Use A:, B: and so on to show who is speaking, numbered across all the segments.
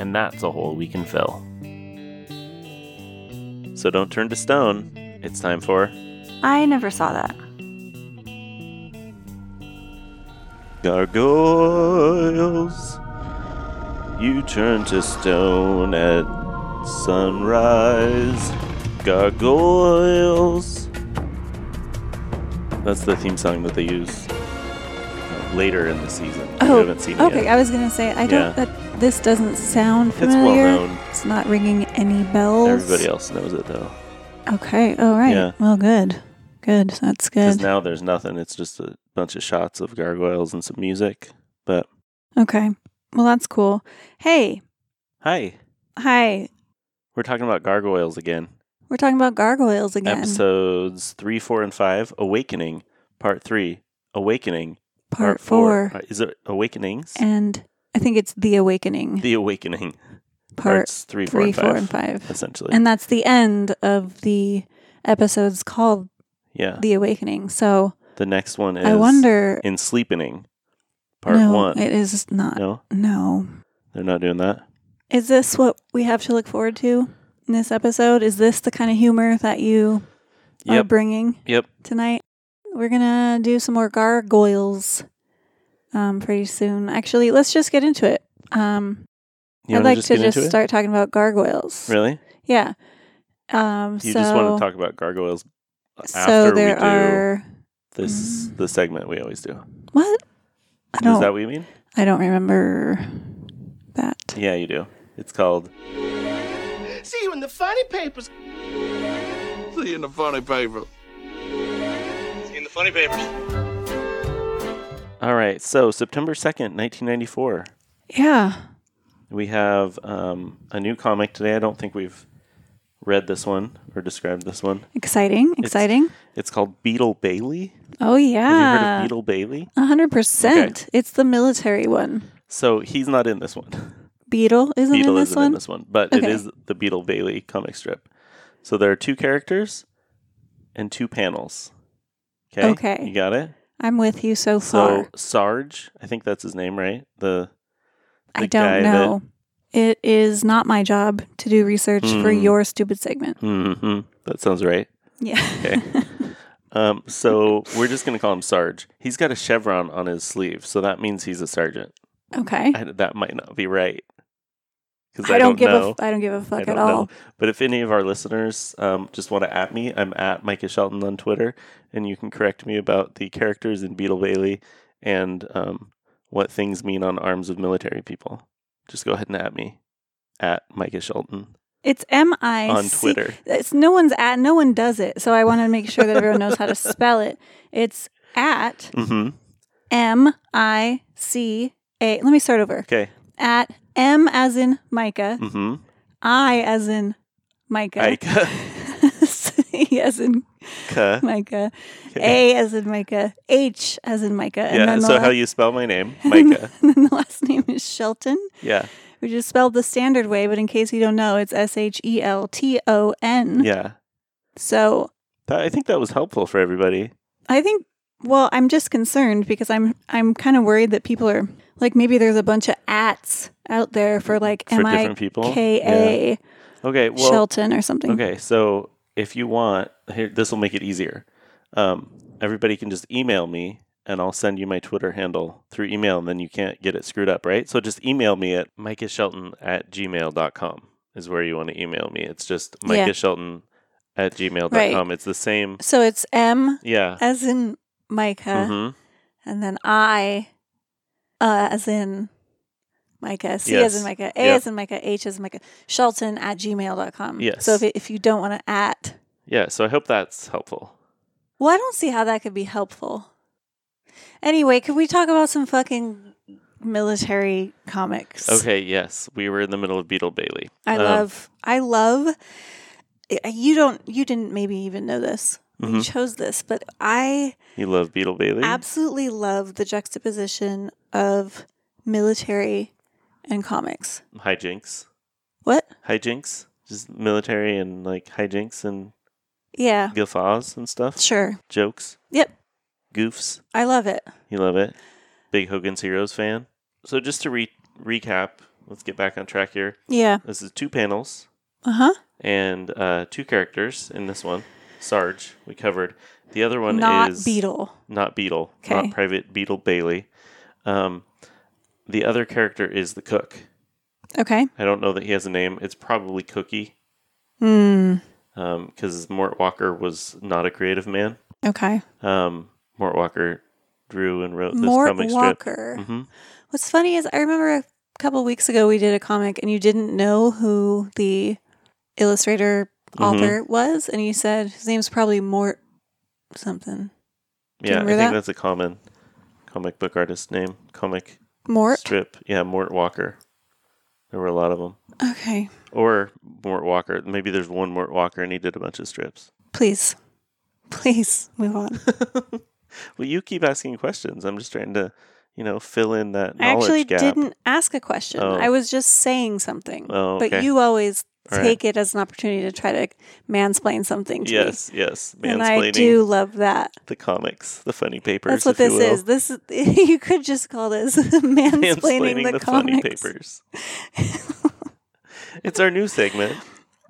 A: and that's a hole we can fill. So don't turn to stone. It's time for
B: I never saw that.
A: Gargoyles, you turn to stone at sunrise. Gargoyles. That's the theme song that they use uh, later in the season. if you
C: Oh,
A: haven't seen
C: okay.
A: it
C: I
A: yet.
C: was gonna say I
A: Yeah.
C: don't. That this doesn't sound
A: well
C: familiar.
A: known.
C: It's not ringing any bells.
A: Everybody else knows it though.
C: Okay. All right.
A: Yeah.
C: Well, good. Good. That's
A: Because
C: good.
A: now there's nothing. It's just a bunch of shots of gargoyles and some music. But
C: okay. Well, that's cool. Hey.
A: hi,
C: Hi.
A: we're talking about gargoyles again.
C: We're talking about gargoyles again.
A: Episodes three, four, and five. Awakening, part three. Awakening,
C: part
A: four.
C: four.
A: Uh, Is it Awakenings?
C: And I think it's the awakening.
A: the Awakening.
C: part
A: parts three, four,
C: three,
A: and five.
C: four, and five.
A: Essentially,
C: And that's the end of the episodes called
A: yeah. The,
C: the awakening. So
A: next one is
C: I wonder.
A: in Sleepening, part
C: no,
A: one.
C: it is not.
A: no,
C: no.
A: they're not doing that.
C: Is this what we have to look forward to in this episode? Is this the kind of humor that you are
A: Yep,
C: bringing
A: yep.
C: tonight? We're going to do some more gargoyles um, pretty soon. Actually, let's just get into it. Um,
A: You
C: I'd
A: wanna
C: like to
A: get
C: just
A: into it?
C: start talking about gargoyles.
A: Really,
C: Yeah. Um,
A: you
C: so
A: just want to talk about gargoyles
C: so
A: after
C: there
A: we do
C: are
A: this the segment we always do.
C: what? I
A: Is
C: don't.
A: that what you mean?
C: I don't remember that.
A: Yeah, you do. It's called
D: See you in the funny papers. See you in the funny papers.
E: in the funny papers.
A: All right. So September second, nineteen ninety four.
C: Yeah.
A: We have um, a new comic today. I don't think we've read this one or described this one.
C: Exciting. Exciting.
A: It's called Beetle Bailey.
C: oh yeah.
A: Have you heard of Beetle Bailey?
C: A hundred percent. It's the military one.
A: So he's not in this one.
C: Beetle isn't
A: Beetle
C: in this
A: isn't
C: one.
A: in this one, but it
C: Okay.
A: is the Beetle Bailey comic strip. So there are two characters and two panels. Okay.
C: Okay.
A: You got it.
C: I'm with you so far.
A: So Sarge, I think that's his name, right? The,
C: I
A: the guy
C: don't
A: that-
C: know. It is not my job to do research for
A: Hmm.
C: your stupid segment.
A: hmm That sounds right.
C: Yeah.
A: Okay. Um, so we're just going to call him Sarge. He's got a chevron on his sleeve, so that means he's a sergeant.
C: okay.
A: I, that might not be right. 'Cause
C: I, don't give
A: know.
C: a I don't give a fuck
A: I
C: at
A: don't
C: all.
A: know. But if any of our listeners um, just want to at me, I'm at Micah Shelton on Twitter, and you can correct me about the characters in Beetle Bailey and um, what things mean on arms of military people. Just go ahead and at me at Micah Shelton
C: It's M I
A: on Twitter.
C: It's no one's at no one does it. So I want to make sure that everyone knows how to spell it. It's at
A: hmm
C: M I C A. Let me start over.
A: Okay.
C: At M as in Micah,
A: hmm
C: I as in Micah,
A: Micah.
C: C as in Micah, A as in Micah, H as in Micah, and
A: Yeah.
C: then the
A: So
C: la-
A: how you spell my name, Micah?
C: and then the last name is Shelton,
A: Yeah.
C: which is spelled the standard way, but in case you don't know, it's S H E L T O N.
A: Yeah.
C: So
A: That, I think that was helpful for everybody.
C: I think well, I'm just concerned because I'm I'm kind of worried that people are like maybe there's a bunch of ats out there for like
A: For
C: M I
A: different people?
C: K A
A: Okay. Well,
C: Shelton or something.
A: Okay, so if you want, here this will make it easier. Um, everybody can just email me, and I'll send you my Twitter handle through email, and then you can't get it screwed up, right? So just email me at micahshelton at gmail.com is where you want to email me. It's just
C: Yeah.
A: micahshelton at gmail.com.
C: Right. Uh,
A: It's the same.
C: So it's M
A: Yeah.
C: as in Micah,
A: mm-hmm.
C: and then I uh, as in Micah, C as
A: Yes.
C: in Micah, A
A: Yep.
C: as in Micah, H as in Micah, Shelton at gmail.com.
A: Yes.
C: So if, if you don't want to at,
A: Yeah, so I hope that's helpful.
C: well, I don't see how that could be helpful. Anyway, could we talk about some fucking military comics.
A: Okay, yes, we were in the middle of Beetle Bailey.
C: I
A: Um,
C: love, I love. eh, You don't, you didn't maybe even know this. We
A: Mhm.
C: chose this, but I
A: You love Beetle Bailey?
C: absolutely love the juxtaposition of military and comics.
A: hijinks,
C: What?
A: hijinks, just military and like hijinks and
C: Yeah,
A: guffaws and stuff,
C: sure.
A: jokes,
C: Yep,
A: goofs.
C: I love it.
A: You love it. Big Hogan's Heroes fan. So just to re- recap, let's get back on track here.
C: Yeah.
A: This is two panels
C: Uh huh.
A: and uh, two characters in this one. Sarge, we covered. The other one
C: Not
A: is
C: Beetle.
A: not Beetle,
C: Okay.
A: not Private Beetle Bailey. Um, the other character is the cook.
C: Okay.
A: I don't know that he has a name. It's probably Cookie
C: Hmm.
A: because Mort Walker was not a creative man.
C: Okay.
A: Um, Mort Walker drew and wrote this
C: Mort
A: comic
C: Walker.
A: strip. hmm
C: What's funny is I remember a couple weeks ago we did a comic and you didn't know who the illustrator
A: Mm-hmm.
C: author was, and you said his name's probably Mort something.
A: Yeah, I
C: remember
A: think
C: that?
A: that's a common comic book artist name. Comic
C: Mort.
A: strip. Yeah, Mort Walker. There were a lot of them.
C: Okay,
A: Or Mort Walker. Maybe there's one Mort Walker and he did a bunch of strips.
C: please, please move on.
A: Well, you keep asking questions. I'm just trying to, you know, fill in that
C: I
A: knowledge
C: actually
A: gap.
C: didn't ask a question.
A: Oh.
C: I was just saying something,
A: Oh,
C: but
A: okay.
C: you always
A: All right.
C: take it as an opportunity to try to mansplain something to
A: Yes, yes.
C: me,
A: Mansplaining
C: and I do love that.
A: the comics, the funny papers.
C: That's what
A: if
C: this
A: you will.
C: is. This is, you could just call this mansplaining,
A: Mansplaining
C: the,
A: the, funny
C: comics.
A: papers. it's our new segment.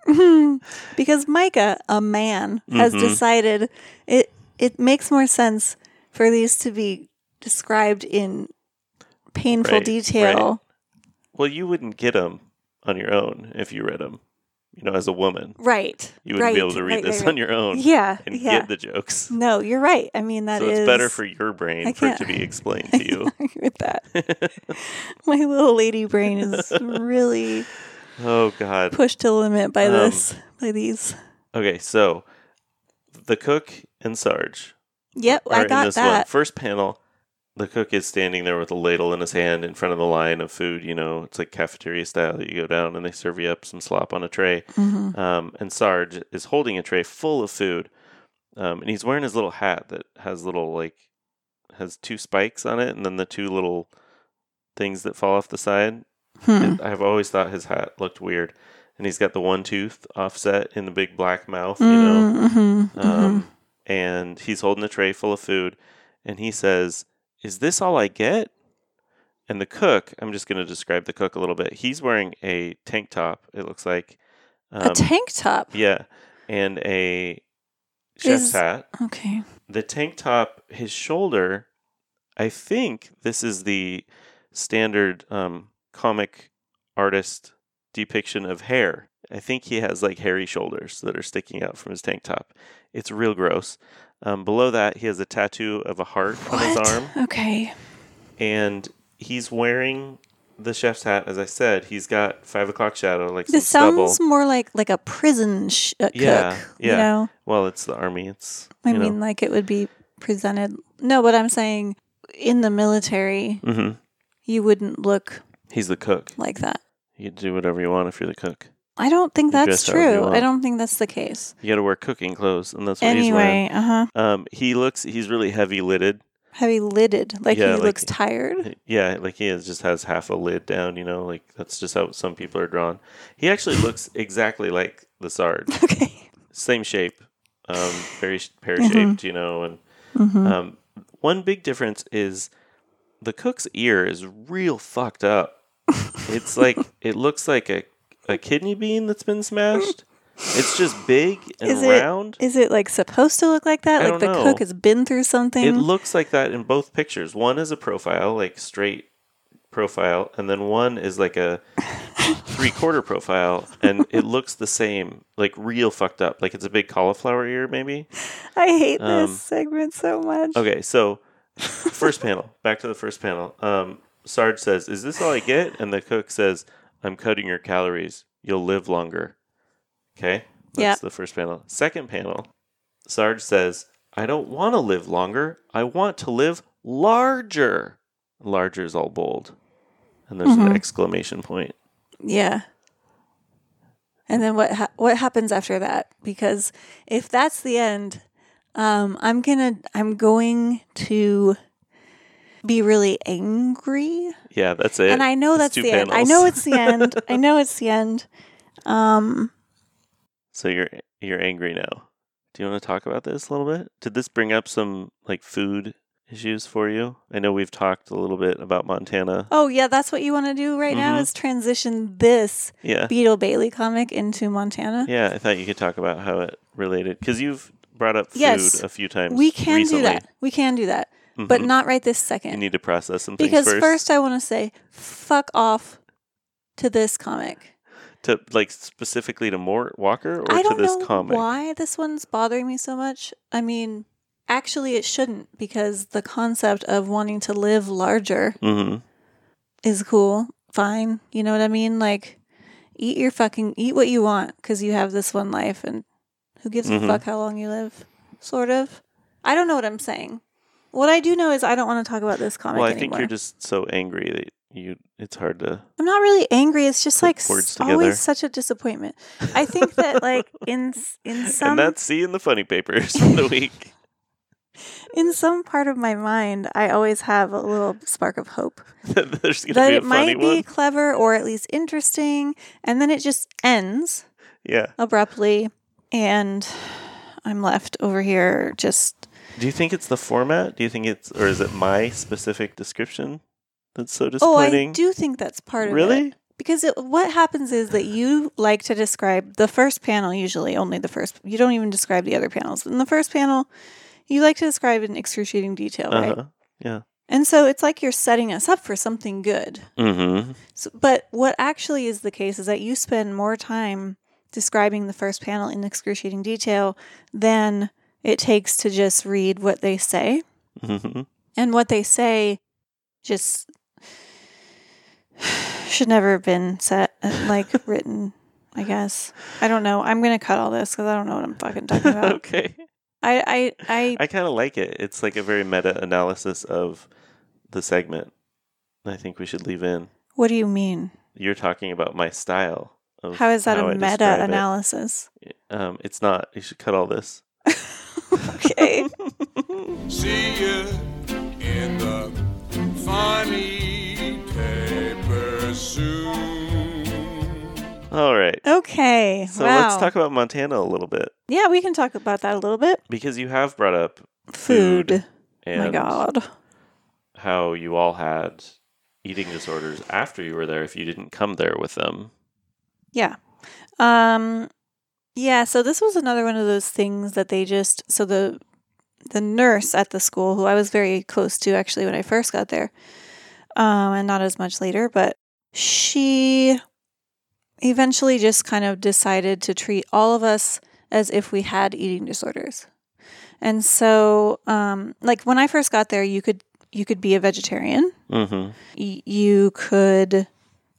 C: because Micah, a man, has
A: Mhm.
C: decided it it makes more sense for these to be described in painful
A: Right,
C: detail.
A: Well, you wouldn't get them on your own if you read them. You know, as a woman,
C: Right. right.
A: you wouldn't be able to read
C: right,
A: this
C: right,
A: on your
C: right.
A: own
C: Yeah.
A: and
C: yeah.
A: get the jokes.
C: no, you're right. I mean that
A: so
C: is
A: it's better for your
C: I
A: brain for it
C: can't-
A: to be explained to you.
C: I agree with that. My little lady brain is really
A: oh God.
C: pushed to the limit by
A: Um,
C: this by these.
A: Okay, so the cook and Sarge
C: Yep,
A: are
C: I
A: in
C: got
A: this one.
C: that.
A: First panel, the cook is standing there with a ladle in his hand in front of the line of food. You know, it's like cafeteria style. You go down and they serve you up some slop on a tray.
C: hmm
A: Um, and Sarge is holding a tray full of food, um, and he's wearing his little hat that has little like has two spikes on it, and then the two little things that fall off the side.
C: Hmm.
A: It- I've always thought his hat looked weird, and he's got the one tooth offset in the big black mouth, you know.
C: Mm, mhm, mhm.
A: Um, and he's holding a tray full of food, and he says, "Is this all I get?" And the cook, I'm just going to describe the cook a little bit. He's wearing a tank top. It looks like um,
C: a tank top.
A: yeah, and a chef's
C: Is-
A: hat.
C: Okay.
A: The tank top, his shoulder. I think this is the standard um, comic artist depiction of hair. I think he has like hairy shoulders that are sticking out from his tank top. It's real gross. Um, below that, he has a tattoo of a heart on his arm,
C: Okay.
A: and he's wearing the chef's hat. As I said, he's got five o'clock shadow, like
C: This
A: some
C: sounds
A: stubble.
C: more like like a prison sh- uh, cook.
A: Yeah,
C: You
A: yeah.
C: know,
A: Well, it's the army. It's
C: I
A: you
C: mean,
A: know.
C: like it would be presented. No, but I'm saying in the military,
A: hmm
C: you wouldn't look
A: He's the cook.
C: like that.
A: You can do whatever you want if you're the cook.
C: I don't think
A: You
C: that's
A: dress however you
C: true. I
A: want.
C: don't think that's the case.
A: You got to wear cooking clothes, and that's what he's wearing.
C: Anyway, uh huh.
A: Um, he looks. He's really heavy lidded.
C: Heavy lidded, like
A: Yeah,
C: he
A: like-
C: looks tired.
A: Yeah, like he is, just has half a lid down. You know, like that's just how some people are drawn. He actually looks exactly like the Sarge.
C: Okay.
A: Same shape, um, very sh- pear shaped.
C: Mm-hmm.
A: You know, and um, one big difference is the cook's ear is real fucked up. It's like it looks like a a kidney bean that's been smashed. It's just big and
C: Is it-
A: round.
C: Is it like supposed to look like that?
A: I
C: like
A: don't
C: the
A: know.
C: cook has been through something.
A: It looks like that in both pictures. One is a profile, like straight profile, and then one is like a three quarter profile, and it looks the same, like real fucked up. Like it's a big cauliflower ear, maybe.
C: I hate
A: um,
C: this segment so much.
A: Okay, so first panel, back to the first panel. Um, Sarge says, Is this all I get? And the cook says, I'm cutting your calories. You'll live longer. Okay, that's
C: Yeah.
A: the first panel. Second panel, Sarge says, I don't want to live longer. I want to live larger. Larger is all bold. and there's an
C: Mhm.
A: exclamation point.
C: Yeah. And then what ha- what happens after that? Because if that's the end, um, I'm gonna I'm going to be really angry.
A: Yeah, that's it.
C: and I know
A: It's
C: that's
A: two
C: the end. I know
A: panels.
C: it's the end. I know it's the end. Um,
A: So you're you're angry now. Do you want to talk about this a little bit? Did this bring up some like food issues for you? I know we've talked a little bit about Montana.
C: oh yeah, that's what you want to do right now
A: Mhm.
C: is transition this
A: Yeah.
C: Beetle Bailey comic into Montana.
A: Yeah, I thought you could talk about how it related cuz you've brought up food
C: Yes,
A: a few times.
C: we can
A: recently.
C: do that. We can do that, but
A: Mhm.
C: not right this
A: you
C: second.
A: need to process some
C: because
A: things
C: first.
A: first.
C: uh I want to say fuck off to this comic.
A: to like specifically to Mort Walker or
C: I
A: to
C: don't
A: this
C: know
A: comic.
C: why this one's bothering me so much. I mean, actually, it shouldn't because the concept of wanting to live larger
A: Mhm.
C: is cool. Fine, you know what I mean. Like, eat your fucking eat what you want because you have this one life, and who gives
A: Mhm.
C: a fuck how long you live? Sort of. I don't know what I'm saying. What I do know is I don't want to talk about this comic
A: Well, I
C: anymore.
A: think you're just so angry that you it's hard to
C: I'm not really angry. It's just
A: Put
C: like
A: words
C: s-
A: together.
C: always such a disappointment. I think that like in s- in
A: And
C: some
A: that's seeing the funny papers for the week.
C: in some part of my mind, I always have a little spark of hope
A: There's going to
C: that
A: be a funny
C: it might be
A: one.
C: clever or at least interesting, and then it just ends
A: Yeah.
C: abruptly, and I'm left over here just
A: Do you think it's the format? Do you think it's, or is it my specific description that's so
C: oh, I
A: disappointing?
C: do think that's part of it.
A: Really?
C: Because it, what happens is that you like to describe the first panel, usually only the first. You don't even describe the other panels. In the first panel, you like to describe in excruciating detail, right?
A: Uh-huh. Yeah.
C: And so it's like you're setting us up for something good.
A: Mm-hmm.
C: So, but what actually is the case is that you spend more time describing the first panel in excruciating detail than it takes to just read what they say.
A: Mm-hmm.
C: And what they say just should never have been set, uh, like written, I guess. I don't know. I'm going to cut all this because I don't know what I'm fucking talking about.
A: okay.
C: I, I, I,
A: I kind of like it. It's like a very meta analysis of the segment. I think we should leave in.
C: what do you mean?
A: You're talking about my style. Of
C: How is that
A: how
C: a
A: I
C: meta
A: describe it.
C: analysis?
A: Um, it's not. You should cut all this.
C: Okay.
F: See you in the funny paper soon.
A: All right.
C: okay.
A: So
C: wow.
A: let's talk about Montana a little bit
C: Yeah, we can talk about that a little bit.
A: because you have brought up
C: Food.
A: Food.
C: Oh
A: and
C: my God.
A: how you all had eating disorders after you were there if you didn't come there with them.
C: Yeah. Um yeah, so this was another one of those things that they just so the the nurse at the school who I was very close to actually when I first got there. Um and not as much later, but she eventually just kind of decided to treat all of us as if we had eating disorders. And so um like when I first got there, you could you could be a vegetarian
A: Mm-hmm.
C: y- you could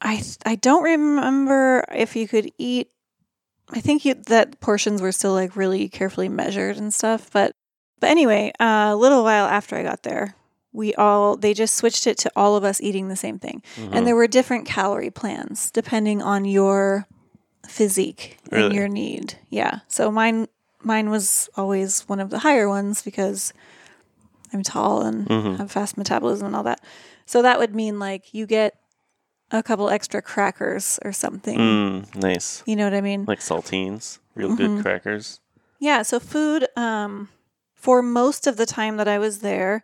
C: i th- i don't remember if you could eat i think you that portions were still like really carefully measured and stuff but but anyway uh, a little while after i got there we all they just switched it to all of us eating the same thing and there were different calorie plans depending on your physique and
A: Really?
C: your need yeah so mine mine was always one of the higher ones because i'm tall and
A: Mhm.
C: have fast metabolism and all that so that would mean like you get a couple extra crackers or something
A: Mm, nice.
C: you know what i mean
A: Like saltines, real
C: Mhm.
A: good crackers.
C: yeah so food um for most of the time that i was there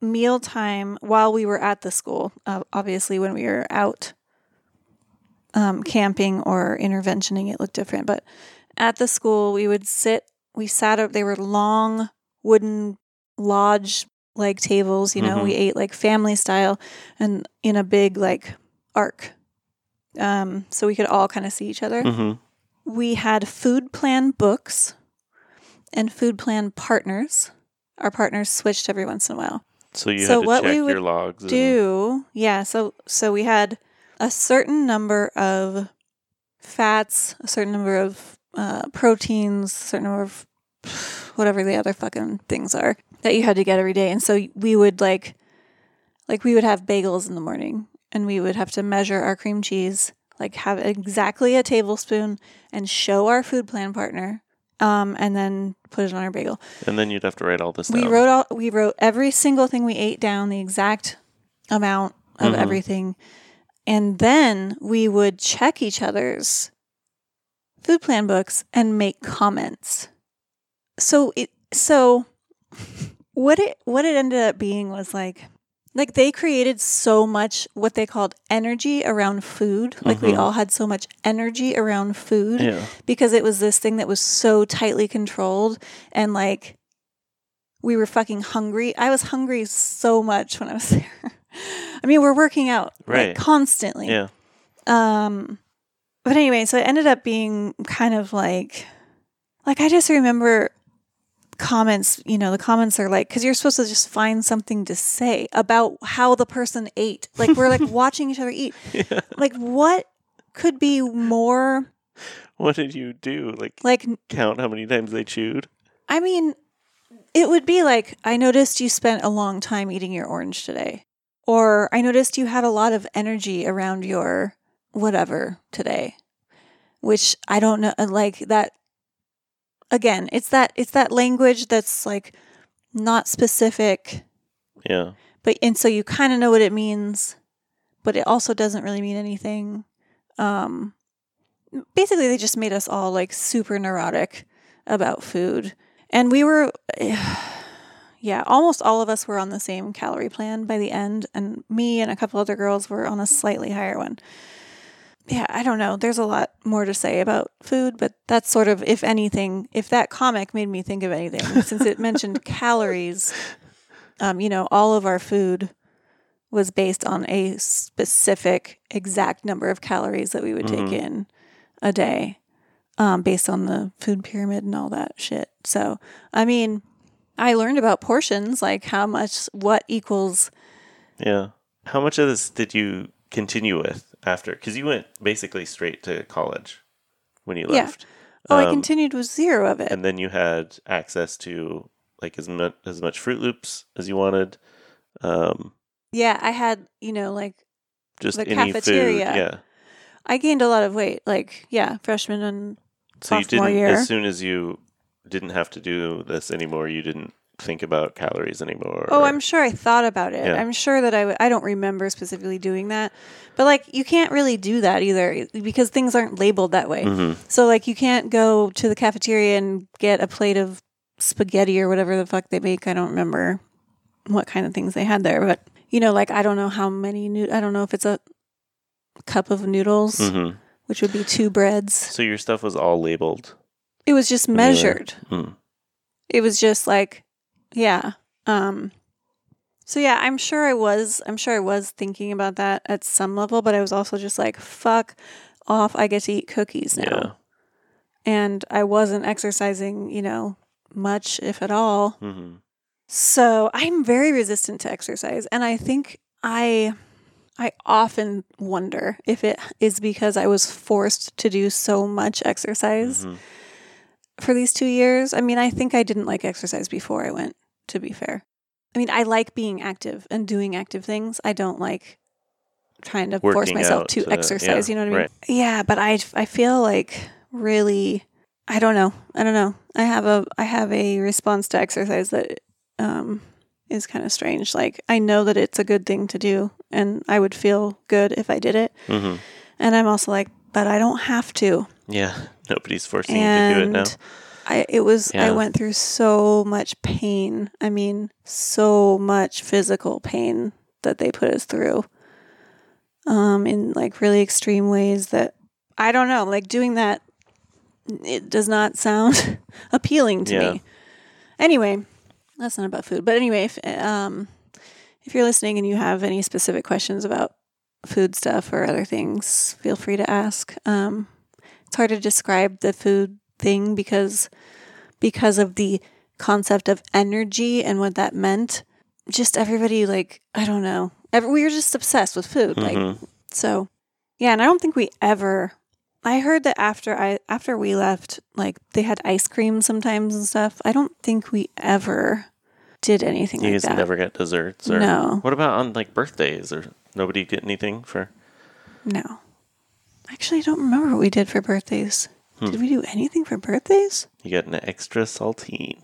C: mealtime while we were at the school uh, obviously when we were out um, camping or interventioning it looked different but at the school we would sit we sat up they were long wooden lodge like tables you know
A: Mhm.
C: we ate like family style and in a big like arc um, so we could all kind of see each other
A: Mm-hmm.
C: we had food plan books and food plan partners. Our partners switched every once in a while.
A: So you
C: So
A: had to
C: what
A: check
C: we would
A: your logs. and-
C: Do yeah, so so we had a certain number of fats, a certain number of uh, proteins, a certain number of whatever the other fucking things are that you had to get every day. And so we would like like we would have bagels in the morning and we would have to measure our cream cheese, like have exactly a tablespoon and show our food plan partner, um, and then put it on our bagel.
A: And then you'd have to write all this
C: We
A: down.
C: wrote all we wrote every single thing we ate down, the exact amount of
A: Mhm.
C: everything. And then we would check each other's food plan books and make comments. So it so what it what it ended up being was like like they created so much what they called energy around food. Like we
A: Mhm.
C: all had so much energy around food
A: yeah.
C: because it was this thing that was so tightly controlled and like we were fucking hungry. I was hungry so much when I was there. I mean, we're working out
A: Right.
C: like constantly.
A: Yeah.
C: Um but anyway, so it ended up being kind of like like I just remember comments, you know, the comments are like cuz you're supposed to just find something to say about how the person ate. Like we're like watching each other eat.
A: Yeah.
C: Like what could be more
A: What did you do? Like
C: like
A: count how many times they chewed?
C: I mean, it would be like, I noticed you spent a long time eating your orange today. Or I noticed you had a lot of energy around your whatever today, which I don't know. uh, Like that, again, it's that, it's that language that's like not specific,
A: Yeah.
C: but, and so you kind of know what it means, but it also doesn't really mean anything. Um, basically, they just made us all like super neurotic about food. And we were, yeah, almost all of us were on the same calorie plan by the end. And me and a couple other girls were on a slightly higher one. Yeah, I don't know. There's a lot more to say about food, but that's sort of, if anything, if that comic made me think of anything, since it mentioned calories, um, you know, all of our food was based on a specific exact number of calories that we would
A: Mhm.
C: take in a day um, based on the food pyramid and all that shit. So, I mean, I learned about portions, like how much, what equals.
A: Yeah. How much of this did you continue with after? Because you went basically straight to college when you
C: Yeah.
A: left.
C: Oh, I
A: Um,
C: continued with zero of it.
A: And then you had access to like as much as much Fruit Loops as you wanted. Um,
C: yeah, I had, you know, like
A: just
C: The
A: any food.
C: cafeteria.
A: Yeah.
C: I gained a lot of weight, like, yeah, freshman and
A: So you
C: Sophomore
A: didn't
C: year.
A: as soon as you didn't have to do this anymore, you didn't think about calories anymore.
C: Oh,
A: or-
C: I'm sure I thought about it.
A: Yeah.
C: I'm sure that I w- I don't remember specifically doing that. But like you can't really do that either because things aren't labeled that way.
A: Mhm.
C: So like you can't go to the cafeteria and get a plate of spaghetti or whatever the fuck they make. I don't remember what kind of things they had there, but you know like I don't know how many noo- I don't know if it's a cup of noodles,
A: Mhm.
C: which would be two breads.
A: So your stuff was all labeled.
C: It was just
A: when you were-
C: measured.
A: Mm.
C: it was just like yeah um so yeah i'm sure i was i'm sure i was thinking about that at some level but i was also just like fuck off i get to eat cookies now
A: Yeah.
C: and i wasn't exercising you know much if at all
A: hmm
C: so I'm very resistant to exercise, and I think I I often wonder if it is because I was forced to do so much exercise
A: Mhm.
C: for these 2 years. I mean, I think I didn't like exercise before I went, to be fair. I mean, I like being active and doing active things. I don't like trying to force
A: Working
C: myself
A: out
C: to,
A: to-
C: exercise,
A: yeah,
C: you know what I mean?
A: right.
C: Yeah, but I I feel like really I don't know. I don't know. I have a I have a response to exercise that um, is kind of strange. Like I know that it's a good thing to do, and I would feel good if I did it.
A: hmm
C: And I'm also like, but I don't have to.
A: Yeah. Nobody's forcing you to do it
C: And
A: now.
C: I it was I
A: Yeah.
C: went through so much pain. I mean, so much physical pain that they put us through. Um, in like really extreme ways that I don't know. Like doing that, it does not sound appealing to
A: Yeah.
C: me. Anyway, that's not about food. But anyway, if um, if you're listening and you have any specific questions about food stuff or other things, feel free to ask. Um, it's hard to describe the food thing because because of the concept of energy and what that meant. Just everybody like I don't know. Every, we were just obsessed with food. Like
A: Mhm.
C: so, yeah. And I don't think we ever. I heard that after I after we left, like they had ice cream sometimes and stuff. I don't think we ever did anything
A: you
C: like
A: guys
C: that.
A: never got desserts or
C: No.
A: what about on like birthdays or Nobody get anything for
C: No. Actually, I don't remember what we did for birthdays.
A: Hmm.
C: Did we do anything for birthdays?
A: you get an extra saltine.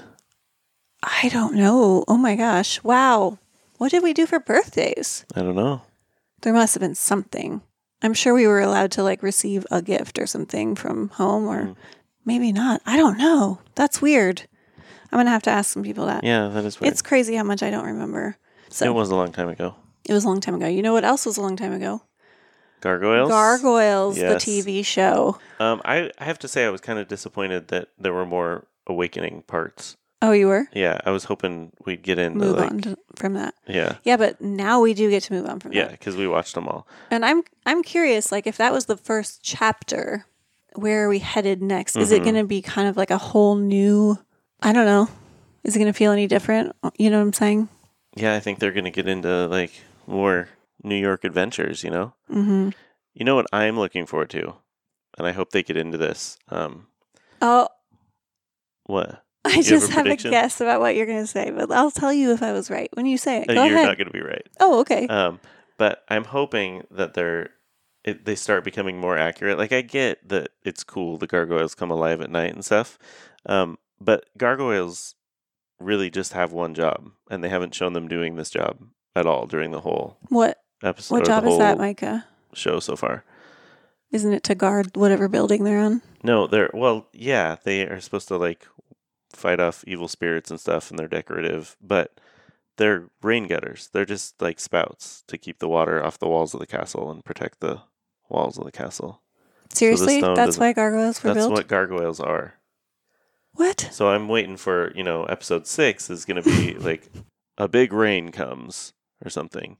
C: I don't know. Oh my gosh. Wow. What did we do for birthdays?
A: I don't know.
C: There must have been something. I'm sure we were allowed to like receive a gift or something from home or
A: Mm-hmm.
C: maybe not. I don't know. That's weird. I'm going to have to ask some people that.
A: Yeah, that is weird.
C: It's crazy how much I don't remember. So
A: it was a long time ago.
C: it was a long time ago. You know what else was a long time ago?
A: Gargoyles.
C: Gargoyles,
A: Yes.
C: the TV show.
A: Um, I, I have to say I was kind of disappointed that there were more awakening parts.
C: Oh, you were?
A: Yeah, I was hoping we'd get into
C: Move
A: like
C: on to, from that.
A: yeah,
C: Yeah, but now we do get to move on from
A: yeah,
C: that.
A: because we watched them all.
C: And I'm I'm curious, like if that was the first chapter, where are we headed next? Is
A: Mm-hmm.
C: it going to be kind of like a whole new? I don't know. Is it going to feel any different? You know what I'm saying?
A: Yeah, I think they're gonna get into like more New York adventures. You know. Mm-hmm. You know what I'm looking forward to, and I hope they get into this. Um,
C: Oh,
A: what?
C: I
A: have
C: just
A: a
C: have a
A: prediction?
C: guess about what you're going to say, but I'll tell you if I was right when you say it.
A: Uh,
C: Go
A: You're
C: ahead.
A: not gonna be right.
C: oh, okay.
A: Um, but I'm hoping that they're it, they start becoming more accurate. Like I get that it's cool the gargoyles come alive at night and stuff, um, but gargoyles really just have one job, and they haven't shown them doing this job at all during the whole
C: what
A: episode.
C: what
A: or
C: job
A: the
C: is that,
A: whole
C: Micah?
A: Show so far.
C: Isn't it to guard whatever building they're on?
A: No, they're well, yeah, they are supposed to like fight off evil spirits and stuff, and they're decorative, but they're rain gutters. They're just like spouts to keep the water off the walls of the castle and protect the walls of the castle.
C: Seriously,
A: stone
C: that's
A: doesn't-
C: why gargoyles were
A: That's
C: built.
A: what gargoyles are.
C: what?
A: So I'm waiting for you know episode six is going to be like a big rain comes or something,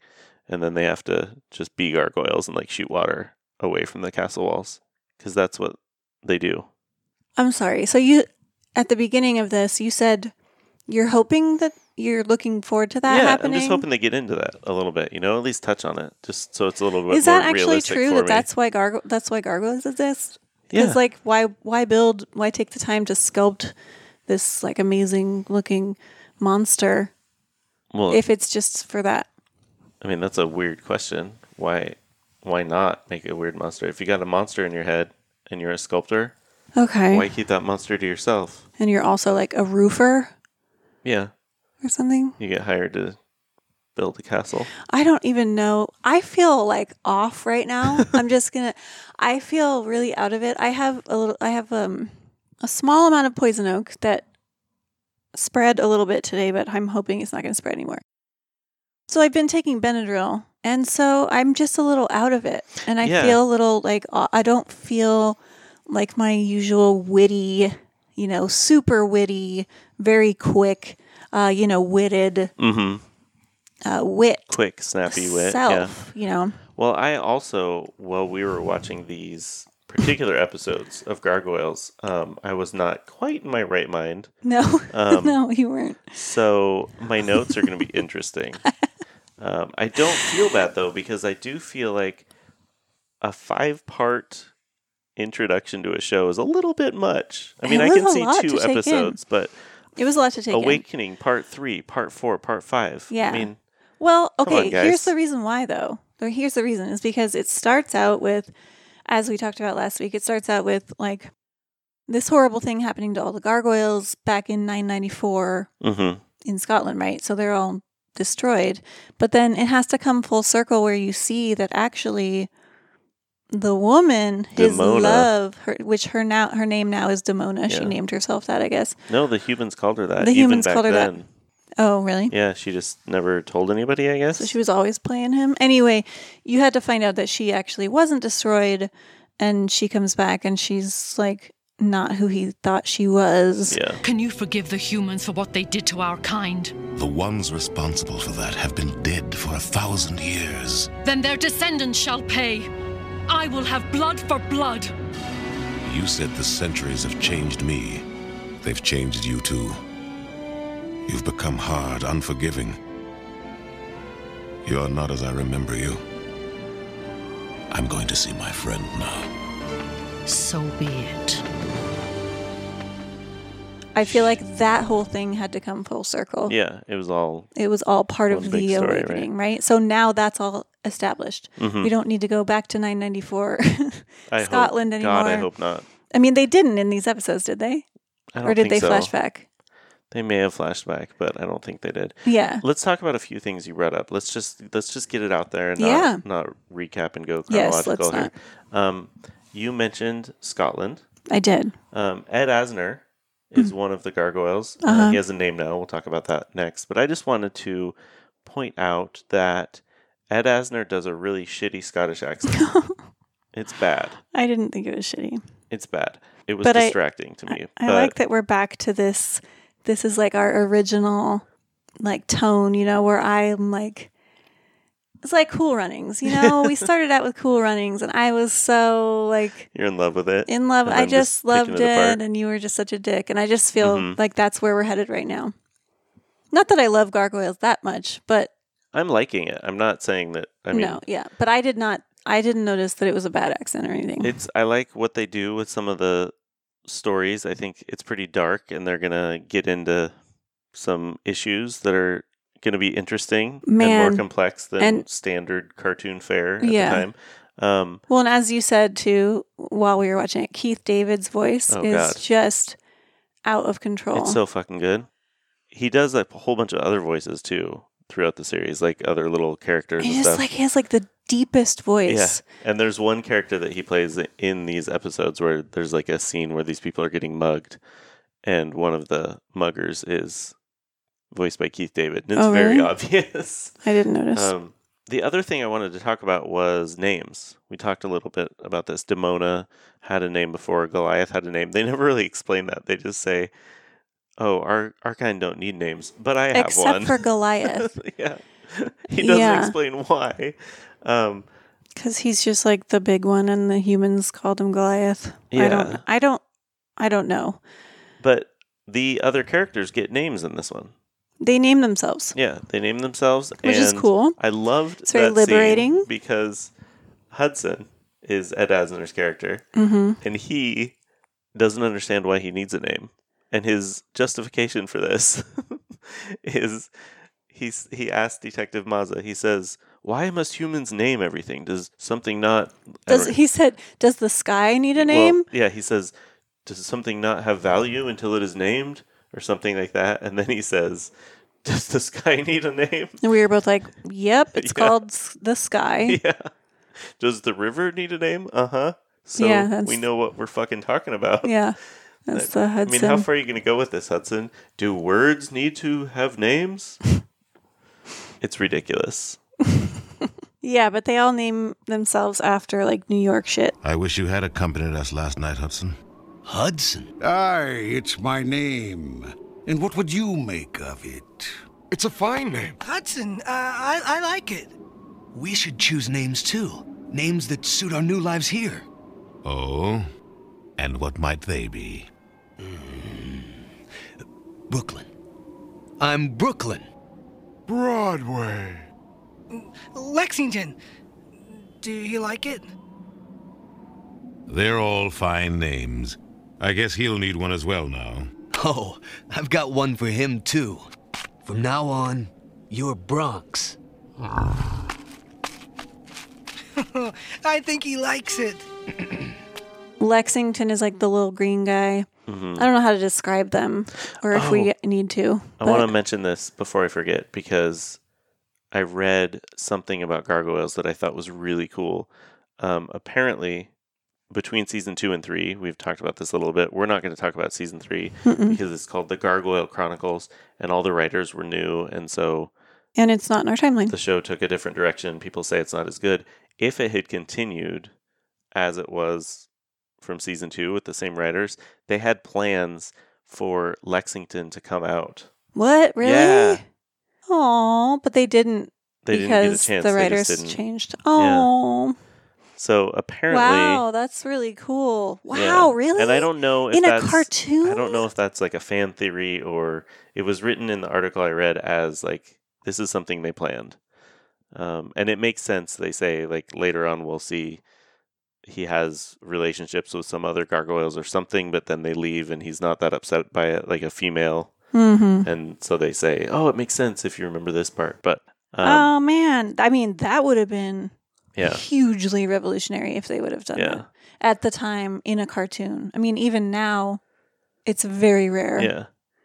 A: and then they have to just be gargoyles and like shoot water away from the castle walls because that's what they do.
C: I'm sorry. So you at the beginning of this, you said you're hoping that you're looking forward to that
A: yeah,
C: happening.
A: I'm just hoping they get into that a little bit. You know, at least touch on it, just so it's a little bit.
C: is that
A: more
C: actually
A: realistic
C: true
A: for
C: that
A: me.
C: that's why gargo- that's why gargoyles exist?
A: yeah?
C: Because like why why build why take the time to sculpt this like amazing looking monster
A: well,
C: if it's just for that?
A: I mean, that's a weird question. Why, why not make a weird monster? If you got a monster in your head and you're a sculptor,
C: Okay.
A: why keep that monster to yourself?
C: And you're also like a roofer
A: Yeah,
C: or something?
A: you get hired to build a castle.
C: I don't even know. I feel like off right now. I'm just gonna. I feel really out of it. I have a little. I have um a small amount of poison oak that spread a little bit today, but I'm hoping it's not gonna spread anymore. So I've been taking Benadryl, and so I'm just a little out of it, and I
A: Yeah.
C: feel a little like uh, I don't feel like my usual witty, you know, super witty, very quick, uh, you know, witted
A: Mm-hmm.
C: uh, wit
A: Quick, snappy wit. Yeah.
C: self, you know.
A: Well, I also, while we were watching these particular episodes of Gargoyles, um, I was not quite in my right mind.
C: No,
A: Um,
C: no, you weren't.
A: So my notes are going to be interesting. Um, I don't feel bad though because I do feel like a five-part introduction to a show is a little bit much. I mean,
C: It
A: I
C: was
A: can
C: a
A: see
C: lot to
A: two
C: take in.
A: episodes, but
C: It was a lot to take in.
A: Awakening Part Three, Part Four, Part Five.
C: Yeah.
A: I mean,
C: Well,
A: on,
C: okay,
A: guys.
C: here's the reason why, though. Or here's the reason is because it starts out with, as we talked about last week, it starts out with like this horrible thing happening to all the gargoyles back in 994
A: mm-hmm.
C: in Scotland, right? So they're all destroyed. But then it has to come full circle where you see that actually the woman, his
A: Demona.
C: love, her, which her now her name now is Demona. She
A: Yeah.
C: named herself that, I guess.
A: no, the humans called her that.
C: The
A: even
C: humans
A: back
C: called her that.
A: then.
C: Oh, really?
A: Yeah, she just never told anybody. I guess.
C: So she was always playing him. Anyway, you had to find out that she actually wasn't destroyed and she comes back and she's like not who he thought she was.
A: yeah.
G: Can you forgive the humans for what they did to our kind?
H: The ones responsible for that have been dead for a thousand years.
G: Then their descendants shall pay. I will have blood for blood.
H: You said the centuries have changed me. They've changed you too. You've become hard, unforgiving. You're not as I remember you. I'm going to see my friend now.
G: So be it.
C: I feel like that whole thing had to come full circle.
A: Yeah, it was all.
C: It was all part
A: One
C: of
A: big
C: the
A: story, right?
C: awakening, right? So now that's all established.
A: Mhm.
C: We don't need to go back to 994.
A: I hope-
C: Scotland
A: God, I
C: anymore.
A: hope not.
C: I mean, they didn't in these episodes, did they?
A: I don't
C: Or did
A: think
C: they
A: so.
C: flashback?
A: They may have flashback, but I don't think they did.
C: Yeah.
A: Let's talk about a few things you brought up. Let's just let's just get it out there and
C: Yeah.
A: not, not recap and go
C: Yes,
A: chronological
C: let's
A: here. Um, you mentioned Scotland.
C: I did.
A: Um, Ed Asner is one of the gargoyles. uh
C: Mm. Uh-huh.
A: he has a name now. We'll talk about that next. But I just wanted to point out that Ed Asner does a really shitty Scottish accent. it's bad.
C: I didn't think it was shitty.
A: It's bad. It was
C: But I-
A: distracting to me.
C: I
A: but
C: like that we're back to this. This is like our original like tone, you know, where I'm like it's like cool runnings, you know. we started out with cool runnings and I was so like
A: you're in love with it.
C: in love.
A: And
C: I
A: then just
C: just, loved
A: picking
C: it,
A: it apart.
C: and you were just such a dick. And I just feel
A: Mhm.
C: like that's where we're headed right now. Not that I love gargoyles that much, but
A: I'm liking it. I'm not saying that. I mean,
C: no, yeah. But I did not. I didn't notice that it was a bad accent or anything.
A: It's I like what they do with some of the stories. I think it's pretty dark and they're gonna get into some issues that are gonna be interesting and
C: Man.
A: more complex than
C: And-
A: standard cartoon fare at
C: Yeah.
A: the time. Um
C: well, and as you said too, while we were watching it, Keith David's voice
A: Oh,
C: is
A: God.
C: just out of control.
A: it's so fucking good. He does like, a whole bunch of other voices too throughout the series, like other little characters
C: he
A: and
C: just
A: stuff.
C: like he has like the deepest voice.
A: Yeah. And there's one character that he plays in these episodes where there's like a scene where these people are getting mugged, and one of the muggers is voiced by Keith David. And it's
C: Oh,
A: very
C: really?
A: obvious.
C: I didn't notice.
A: Um, the other thing I wanted to talk about was names. We talked a little bit about this. Demona had a name before. Goliath had a name. They never really explain that. They just say, "Oh, our our kind don't need names," but I have
C: Except
A: one.
C: for Goliath,
A: yeah, he doesn't
C: Yeah.
A: explain why. Um,
C: because he's just like the big one, and the humans called him Goliath. I
A: Yeah.
C: don't. I don't. I don't know.
A: But the other characters get names in this one.
C: They name themselves.
A: Yeah, they name themselves,
C: Which is
A: and
C: cool.
A: I loved
C: It's very
A: that scene
C: liberating.
A: because Hudson is Ed Asner's character,
C: Mm-hmm.
A: and he doesn't understand why he needs a name, and his justification for this is he's he asked Detective Mazza. He says. Why must humans name everything? Does something not?
C: Does
A: ever-
C: he said? Does the sky need a
A: Well,
C: name?
A: yeah, he says, "Does something not have value until it is named?" or something like that. And then he says, "Does the sky need a name?"
C: and we were both like, "Yep, it's
A: Yeah.
C: called s- the sky."
A: yeah. Does the river need a name? Uh huh. So
C: Yeah, that's-
A: we know what we're fucking talking about.
C: yeah, that's the
A: I
C: Hudson.
A: mean, how far are you going to go with this, Hudson? Do words need to have names? it's ridiculous.
C: yeah, but they all name themselves after like New York shit.
H: I wish you had accompanied us last night, Hudson.
I: Hudson.
F: Aye, it's my name. And what would you make of it? It's a fine name.
I: Hudson, uh, I, I like it. We should choose names too. Names that suit our new lives here.
H: Oh? And what might they be?
I: Brooklyn. I'm Brooklyn.
F: Broadway.
J: Lexington. Do you like it?
H: They're all fine names. I guess he'll need one as well now.
I: Oh, I've got one for him too. From now on, you're Bronx.
J: I think he likes it.
C: Lexington is like the little green guy.
A: Mm-hmm.
C: I don't know how to describe them, or if we need to.
A: Oh. I want to mention this before I forget because I read something about gargoyles that I thought was really cool. Um, apparently, between season two and three, we've talked about this a little bit. We're not going to talk about season 3 because it's called the Gargoyle Chronicles, and all the writers were new, and so
C: and it's not in our timeline.
A: the show took a different direction. People say it's not as good. If it had continued as it was from season two with the same writers, they had plans for Lexington to come out.
C: what really?
A: Yeah.
C: Aw, but they didn't
A: They didn't get a
C: because
A: chance.
C: the
A: they just
C: writers
A: didn't.
C: changed. Oh,
A: So apparently,
C: wow, that's really cool. Wow,
A: yeah.
C: really?
A: And I don't know if
C: in a
A: that's,
C: cartoon.
A: I don't know if that's like a fan theory or it was written in the article I read as like this is something they planned, um, and it makes sense. They say like later on we'll see he has relationships with some other gargoyles or something, but then they leave and he's not that upset by it, like a female.
C: Mhm.
A: And so they say, oh, it makes sense if you remember this part. But um,
C: oh man, I mean that would have been
A: yeah,
C: hugely revolutionary if they would have done
A: Yeah.
C: that at the time in a cartoon. I mean, even now, it's very rare.
A: yeah.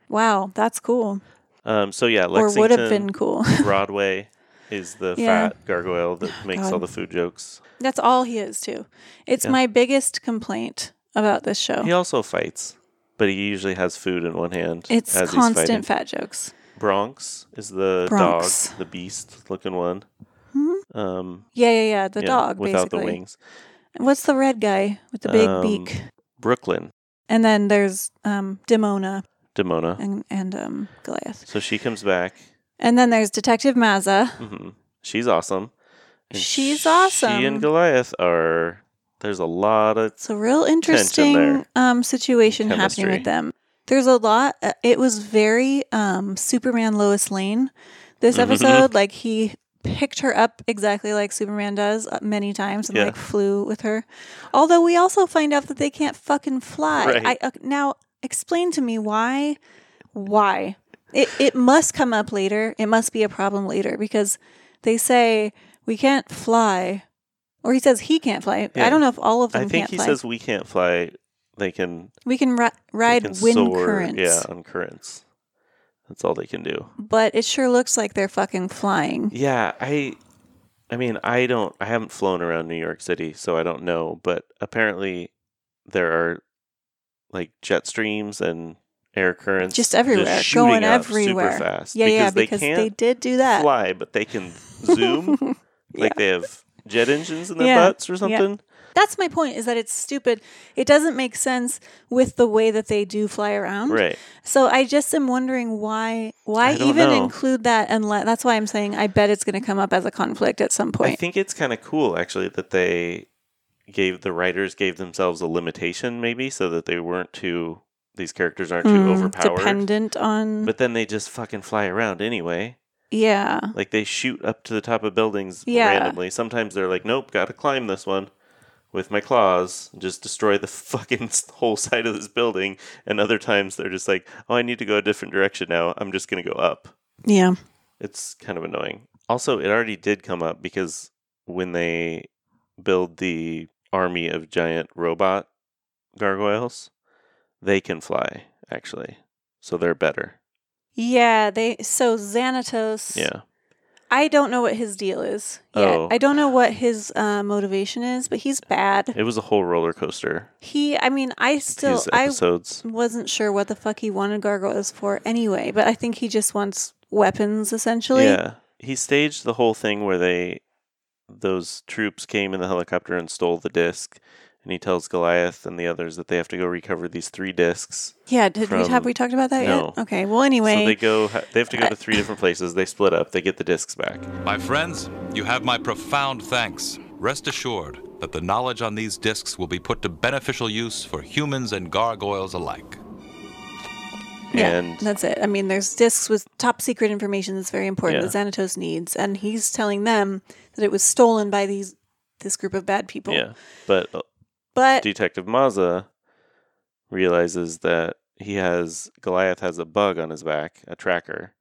C: Wow, that's cool.
A: Um, so yeah, Lexington
C: or would have been cool.
A: Broadway is the
C: Yeah. Oh,
A: fat gargoyle that makes all
C: God.
A: the food jokes.
C: that's all he is too. It's
A: Yeah.
C: my biggest complaint about this show.
A: He also fights, but he usually has food in one hand.
C: It's
A: as he's fighting.
C: constant fat jokes.
A: Bronx is the
C: Bronx.
A: dog, the beast looking one. Um,
C: Yeah, yeah, yeah. The
A: yeah,
C: dog,
A: without
C: basically.
A: the wings.
C: What's the red guy with the big
A: Um,
C: beak?
A: Brooklyn,
C: And then there's um, Demona
A: Demona.
C: and, and um, Goliath.
A: So she comes back.
C: And then there's Detective Mazza.
A: hmm She's awesome. And
C: She's
A: She and
C: awesome.
A: Goliath are. There's a lot of
C: It's a real
A: there.
C: interesting um, situation happening
A: Chemistry.
C: with them. There's a lot. uh, It was very um, Superman Lois Lane this
A: Mhm.
C: episode. Like he picked her up exactly like Superman does uh, many times and
A: Yeah.
C: like flew with her. Although we also find out that they can't fucking fly.
A: Right.
C: I, uh, now explain to me why. Why it it must come up later. It must be a problem later because they say we can't fly. Or he says he can't fly.
A: Yeah.
C: I don't know if all of them
A: I think
C: can't
A: he
C: fly.
A: says we can't fly. They can
C: We can ri-
A: they
C: ride
A: can
C: wind
A: soar,
C: currents.
A: Yeah, on currents. That's all they can do.
C: But it sure looks like they're fucking flying.
A: Yeah, I. I mean, I don't. I haven't flown around New York City, so I don't know. But apparently, there are like jet streams and air currents
C: Just everywhere,
A: shooting
C: going
A: up
C: everywhere.
A: super fast.
C: yeah, yeah, because
A: they
C: they,
A: can't
C: did do that.
A: fly, but they can zoom. Like they have jet engines in their
C: Yeah,
A: butts or
C: yeah.
A: something.
C: That's my point is that it's stupid. It doesn't make sense with the way that they do fly around.
A: Right.
C: So I just am wondering why why
A: I don't
C: even
A: know.
C: include that unless that's why I'm saying I bet it's going to come up as a conflict at some
A: I
C: point.
A: think it's kind of cool actually that they gave the writers gave themselves a limitation maybe so that they weren't too these characters aren't too
C: Mm,
A: overpowered.
C: dependent on
A: But then they just fucking fly around anyway.
C: yeah.
A: Like they shoot up to the top of buildings
C: Yeah.
A: randomly. Sometimes they're like, "Nope, got to climb this one." With my claws, and just destroy the fucking s- whole side of this building. And other times they're just like, oh, I need to go a different direction now. I'm just going to go up.
C: Yeah.
A: It's kind of annoying. Also, it already did come up because when they build the army of giant robot gargoyles, they can fly, actually. So they're better.
C: Yeah, they so Xanatos
A: Yeah.
C: I don't know what his deal is. yet.
A: Oh.
C: I don't know what his uh, motivation is, but he's bad.
A: It was a whole roller coaster.
C: He, I mean, I still,
A: These
C: I
A: episodes.
C: wasn't sure what the fuck he wanted gargoyles for anyway, but I think he just wants weapons essentially.
A: Yeah. He staged the whole thing where they those troops came in the helicopter and stole the disc and he tells Goliath and the others that they have to go recover these three discs.
C: Yeah, did we
A: From-
C: have we talked about that
A: No.
C: yet? Okay. Well, anyway,
A: So they go they have to go to three different places. They split up, they get the discs back.
K: My friends, you have my profound thanks. Rest assured that the knowledge on these discs will be put to beneficial use for humans and gargoyles alike.
C: yeah,
A: and-
C: that's it. I mean, there's discs with top secret information that's very important
A: Yeah.
C: that Xanatos needs, and he's telling them that it was stolen by these this group of bad people.
A: Yeah. But uh,
C: But
A: Detective Mazza realizes that he has Goliath has a bug on his back, a tracker,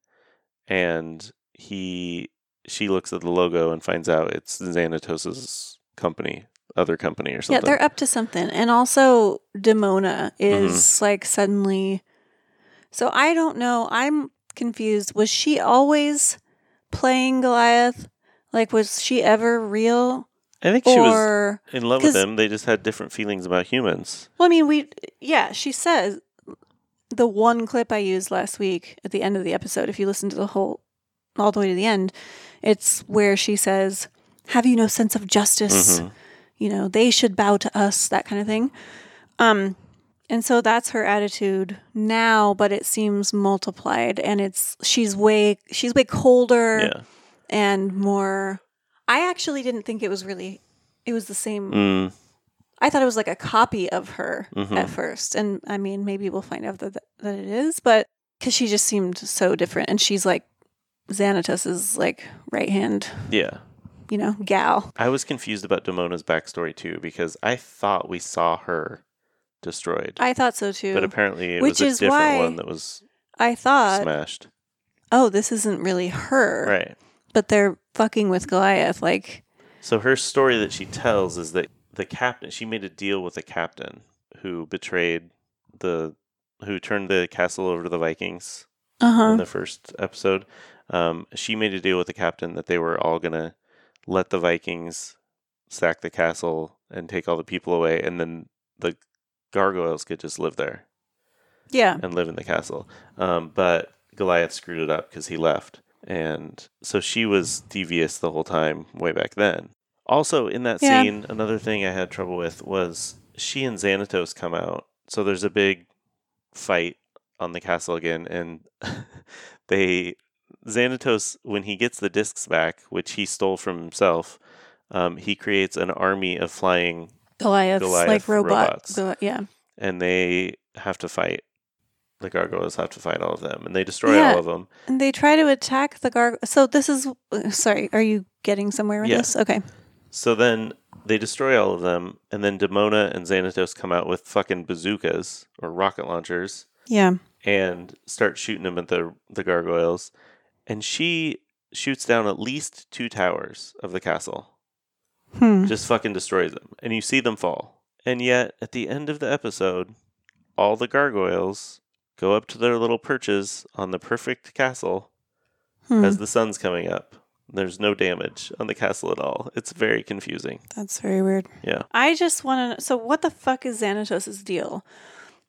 A: and he she looks at the logo and finds out it's Xanatos's company, other company or
C: Yeah,
A: something.
C: they're up to something. And also Demona is
A: Mm-hmm.
C: like suddenly So I don't know. I'm confused. Was she always playing Goliath? Like was she ever real?
A: I think she was
C: or
A: in love with
C: 'cause-
A: him. They just had different feelings about humans.
C: Well, I mean, we yeah, she says the one clip I used last week at the end of the episode, if you listen to the whole all the way to the end, it's where she says, "Have you no sense of justice?"
A: Mhm.
C: you know they should bow to us that kind of thing um and so that's her attitude now but it seems multiplied and it's she's way she's way colder
A: Yeah.
C: and more i actually didn't think it was really it was the same
A: Mm,
C: i thought it was like a copy of her
A: Mhm.
C: at first and i mean maybe we'll find out that that it is but because she just seemed so different and she's like xanatos is like right hand
A: yeah.
C: you know, gal.
A: I was confused about Damona's backstory too because I thought we saw her destroyed.
C: I thought so too.
A: But apparently it
C: Which
A: was
C: is
A: a different
C: why
A: one that was
C: I thought,
A: smashed.
C: oh, this isn't really her.
A: Right.
C: But they're fucking with Goliath. Like,
A: So her story that she tells is that the captain she made a deal with the captain who betrayed the who turned the castle over to the Vikings
C: Uh-huh.
A: in the first episode. Um, she made a deal with the captain that they were all gonna let the Vikings sack the castle and take all the people away, and then the gargoyles could just live there
C: yeah.
A: and live in the castle. Um, but Goliath screwed it up because he left. And so she was devious the whole time way back then. Also, in that
L: Yeah.
A: scene, another thing I had trouble with was she and Xanatos come out. So there's a big fight on the castle again. And they, Xanatos, when he gets the discs back, which he stole from himself, um, he creates an army of flying
C: Goliath's like
A: Goliath
C: robot.
A: robots
C: Goli- yeah.
A: and they have to fight. The gargoyles have to fight all of them, and they destroy
C: Yeah.
A: all of them.
C: And they try to attack the gargoyle. So this is, uh, sorry, are you getting somewhere with
A: Yeah.
C: this? Okay.
A: So then they destroy all of them, and then Demona and Xanatos come out with fucking bazookas or rocket launchers.
C: Yeah.
A: and start shooting them at the the gargoyles, and she shoots down at least two towers of the castle.
C: Hmm.
A: Just fucking destroys them, and you see them fall. And yet, at the end of the episode, all the gargoyles go up to their little perches on the perfect castle
C: Hmm.
A: as the sun's coming up. There's no damage on the castle at all. It's very confusing.
C: That's very weird.
A: Yeah.
C: I just want to know. So, what the fuck is Xanatos' deal?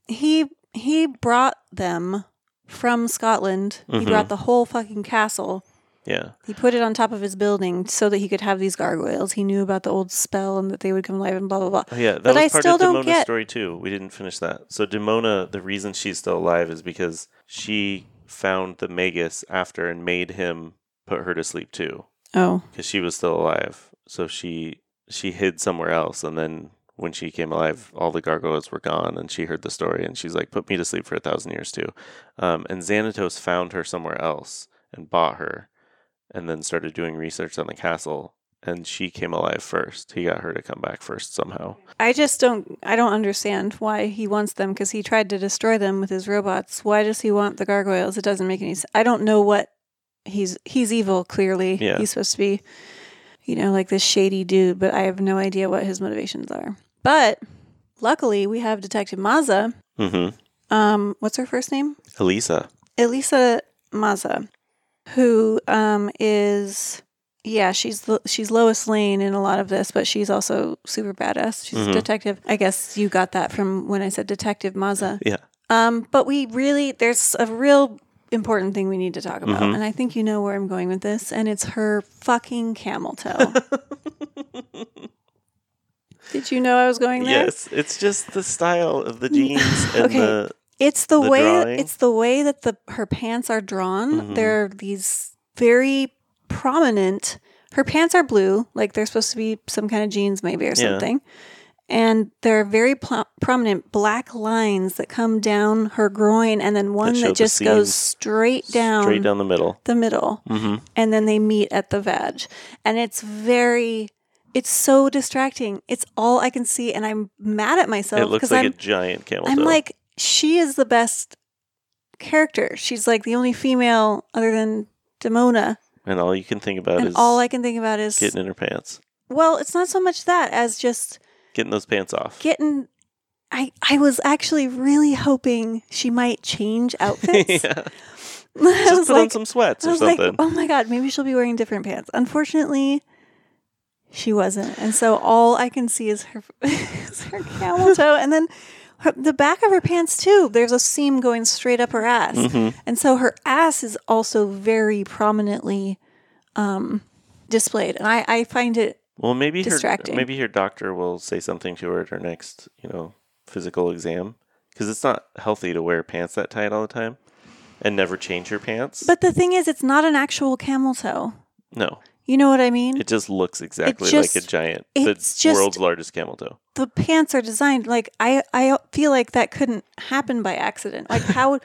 C: He he brought them from Scotland. He
A: Mhm.
C: brought the whole fucking castle.
A: Yeah.
C: He put it on top of his building so that he could have these gargoyles. He knew about the old spell and that they would come alive and blah blah blah.
A: Oh, yeah, that
C: but
A: was
C: I
A: part
C: still
A: of
C: don't
A: Demona's
C: get.
A: story too. We didn't finish that. So Demona, the reason she's still alive is because she found the Magus after and made him put her to sleep too.
C: Oh.
A: because she was still alive. So she she hid somewhere else, and then when she came alive, all the gargoyles were gone, and she heard the story, and she's like, "Put me to sleep for a thousand years too." Um, and Xanatos found her somewhere else and bought her, and then started doing research on the castle. And she came alive first. He got her to come back first somehow.
C: I just don't. I don't understand why he wants them because he tried to destroy them with his robots. Why does he want the gargoyles? It doesn't make any sense. I don't know what he's. He's evil. Clearly,
A: Yeah.
C: he's supposed to be, you know, like this shady dude. But I have no idea what his motivations are. But luckily, we have Detective Maza.
A: Mm-hmm.
C: Um, what's her first name?
A: Elisa.
C: Elisa Maza, who um, is yeah, she's Lo- she's Lois Lane in a lot of this, but she's also super badass. She's
L: Mhm.
C: a detective. I guess you got that from when I said Detective Maza.
A: Yeah.
C: Um, but we really there's a real important thing we need to talk about,
A: Mhm.
C: and I think you know where I'm going with this, and it's her fucking camel toe. Did you know I was going there?
A: Yes, it's just the style of the jeans and
C: Okay.
A: the
C: It's the, way
A: drawing.
C: it's the way that the her pants are drawn.
A: Mhm.
C: They're these very prominent. Her pants are blue, like they're supposed to be some kind of jeans maybe or
L: Yeah.
C: something. And there are very pl- prominent black lines that come down her groin and then one
A: show
C: that,
A: the
C: just goes
A: seams
C: straight down
A: straight down the middle.
C: the middle
A: Mm-hmm.
C: and then they meet at the veg and it's very it's so distracting. It's all I can see and I'm mad at myself
A: it looks
C: because
A: like
C: I'm
A: a giant camel
C: I'm
A: toe.
C: like, she is the best character. She's like the only female other than Demona.
A: and all you can think about
C: and
A: is
C: all I can think about is,
A: getting in her pants,
C: well, it's not so much that as just
A: getting those pants off.
C: getting. I, I was actually really hoping she might change outfits.
A: yeah.
C: I was
A: put on some sweats
C: I
A: or
C: was Like,
A: something.
C: oh my god, maybe she'll be wearing different pants. Unfortunately, she wasn't, and so all I can see is her, is her camel toe, and then her, the back of her pants too. There's a seam going straight up her ass,
L: Mhm.
A: Mm-hmm.
C: and so her ass is also very prominently um, displayed, and I, I find it
A: Well, maybe her
C: distracting.
A: maybe her doctor will say something to her at her next, you know, physical exam because it's not healthy to wear pants that tight all the time and never change your pants.
C: But the thing is, it's not an actual camel toe.
A: no,
C: You know what I mean?
A: it just looks exactly like a
C: just-
A: giant,
C: it's
A: the
C: just-
A: world's largest camel toe.
C: the pants are designed like I I feel like that couldn't happen by accident. Like how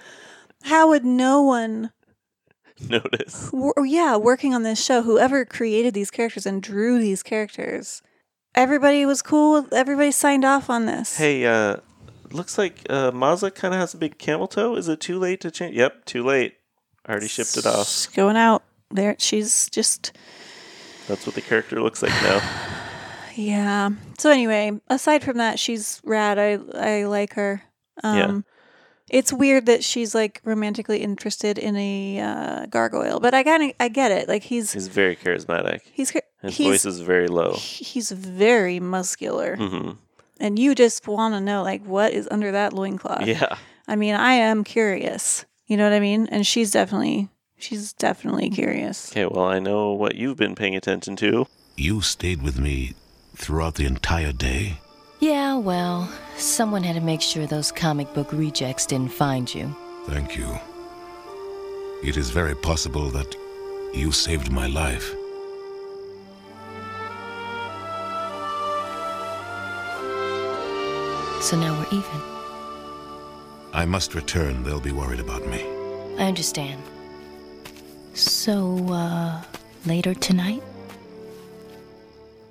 C: how would no one
A: notice.
C: wor- oh, yeah, working on this show, whoever created these characters and drew these characters, everybody was cool. Everybody signed off on this.
A: Hey, uh, looks like uh, Mazda kind of has a big camel toe. Is it too late to change? Yep, too late. Already shipped it off.
C: She's going out there. She's just
A: That's what the character looks like now.
C: yeah. So anyway, aside from that, she's rad. I I like her.
A: Yeah.
C: Um It's weird that she's like romantically interested in a uh, gargoyle, but I kind of I get it. Like he's
A: He's very charismatic.
C: he's cr-
A: His
C: he's,
A: voice is very low.
C: he's very muscular,
A: hmm
C: and you just want to know like what is under that loincloth.
A: Yeah.
C: I mean, I am curious. You know what I mean? And she's definitely she's definitely
A: Mm-hmm.
C: curious.
A: Okay, well, I know what you've been paying attention to.
H: You stayed with me throughout the entire day?
L: Yeah, well, someone had to make sure those comic book rejects didn't find you.
H: Thank you. It is very possible that you saved my life.
L: So now we're even.
H: I must return. They'll be worried about me.
L: I understand. So, uh, later tonight?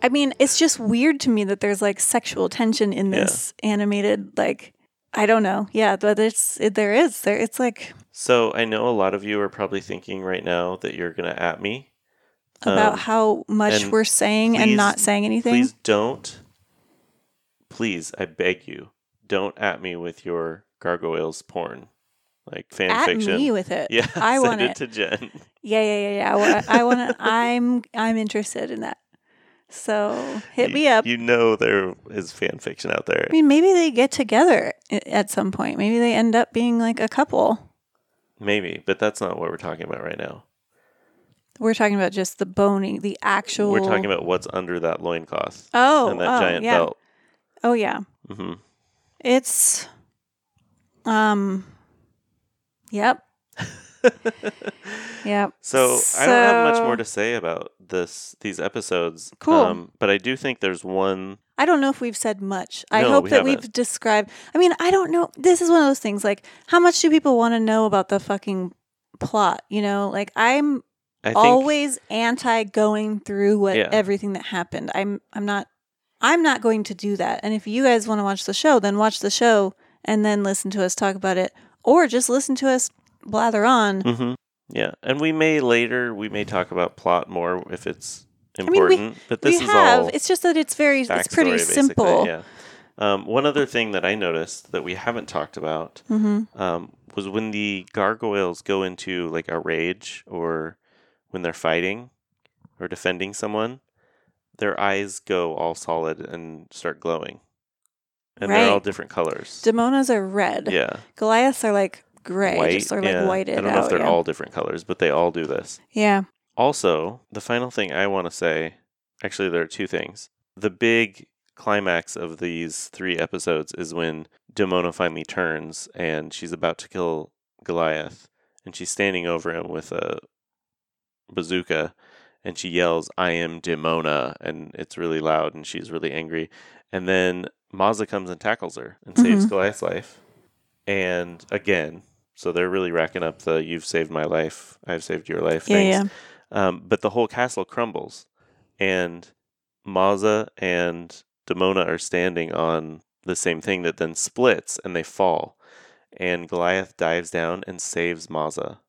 C: I mean, it's just weird to me that there's like sexual tension in this animated like I don't know. Yeah, but it's it, there is there. It's like
A: So I know a lot of you are probably thinking right now that you're going to at me
C: about
A: Um,
C: how much
A: and
C: we're saying and
A: please-
C: not saying anything.
A: Please don't. Please, I beg you, don't at me with your gargoyles porn, like fan
C: At
A: fiction.
C: me with it.
A: Yeah,
C: I
A: send
C: want
A: it.
C: it.
A: to Jen.
C: Yeah, yeah, yeah, yeah. I want I want to I'm I'm interested in that. So, hit
A: You-
C: me up.
A: You know there is fan fiction out there.
C: I mean, maybe they get together i- at some point. Maybe they end up being like a couple.
A: Maybe, but that's not what we're talking about right now.
C: We're talking about just the boning, the actual
A: We're talking about what's under that loincloth.
C: Oh,
A: and that
C: oh,
A: giant
C: yeah.
A: belt.
C: Oh yeah.
A: hmm
C: It's um yep. yep.
A: So, I don't have much more to say about this these episodes. um,
C: Cool.
A: but I do think there's one
C: I don't know if we've said much. I
A: No,
C: hope
A: we
C: that
A: haven't.
C: we've described I mean, I don't know. This is one of those things like how much do people want to know about the fucking plot, you know? Like I'm
A: I think-
C: always anti going through what
A: Yeah.
C: everything that happened. I'm I'm not I'm not going to do that. And if you guys want to watch the show, then watch the show and then listen to us talk about it or just listen to us blather on.
A: hmm Yeah, and we may later we may talk about plot more if it's important. but this
C: we
A: is
C: have.
A: all.
C: It's just that it's very it's
A: backstory,
C: pretty
A: basically,
C: simple.
A: Yeah. Um, one other thing that I noticed that we haven't talked about
C: Mhm.
A: um, was when the gargoyles go into like a rage or when they're fighting or defending someone, their eyes go all solid and start glowing, and they're all
C: Right.
A: different colors.
C: Demonas are red.
A: Yeah.
C: Goliaths are like gray, just sort of
A: yeah.
C: like whited
A: I don't know
C: out.
A: if they're
C: yeah.
A: all different colors, but they all do this.
C: yeah.
A: Also, the final thing I want to say actually, there are two things. The big climax of these three episodes is when Demona finally turns and she's about to kill Goliath, and she's standing over him with a bazooka and she yells, I am Demona, and it's really loud and she's really angry. And then Mazda comes and tackles her and saves
M: Mhm.
A: Goliath's life. And again, so they're really racking up the you've saved my life, I've saved your life
M: Yeah,
A: things. Um, but the whole castle crumbles and Mazza and Demona are standing on the same thing that then splits and they fall. And Goliath dives down and saves Mazza.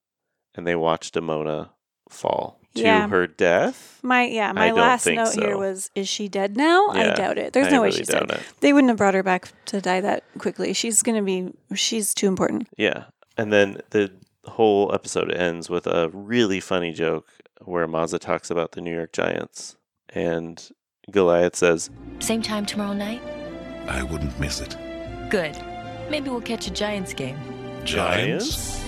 A: And they watch Demona fall to
C: Yeah.
A: her death.
C: My yeah,
A: I
C: my
A: don't
C: last
A: think
C: note here
A: so.
C: was is she dead now?
A: Yeah,
C: I doubt it. There's
A: I
C: no way
A: really
C: she's dead.
A: doubt it.
C: They wouldn't have brought her back to die that quickly. She's going to be she's too important.
A: Yeah. And then the whole episode ends with a really funny joke where Mazza talks about the New York Giants. And Goliath says,
L: Same time tomorrow night?
H: I wouldn't miss it.
L: Good. Maybe we'll catch a Giants game.
A: Giants?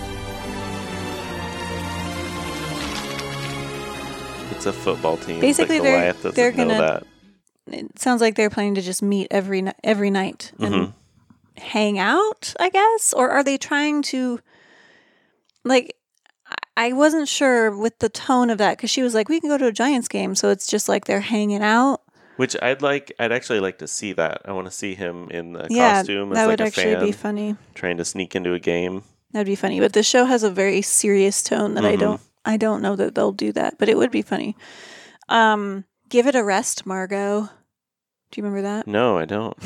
A: It's a football team.
C: Basically,
A: but
C: they're-
A: Goliath doesn't
C: they're
A: know
C: gonna-
A: that.
C: It sounds like they're planning to just meet every ni- every night and
A: Mhm.
C: hang out, I guess, or are they trying to like I- I wasn't sure with the tone of that cuz she was like we can go to a Giants game, so it's just like they're hanging out.
A: Which I'd like. I'd actually like to see that. I want to see him in a
C: Yeah,
A: costume. as
C: that
A: like
C: would
A: a
C: actually be
A: fan,
C: funny.
A: Trying to sneak into a game.
C: That'd be funny. But the show has a very serious tone that I
A: Mhm.
C: don't I don't know that they'll do that, but it would be funny. Um, give it a rest, Margot. Do you remember that?
A: No, I don't.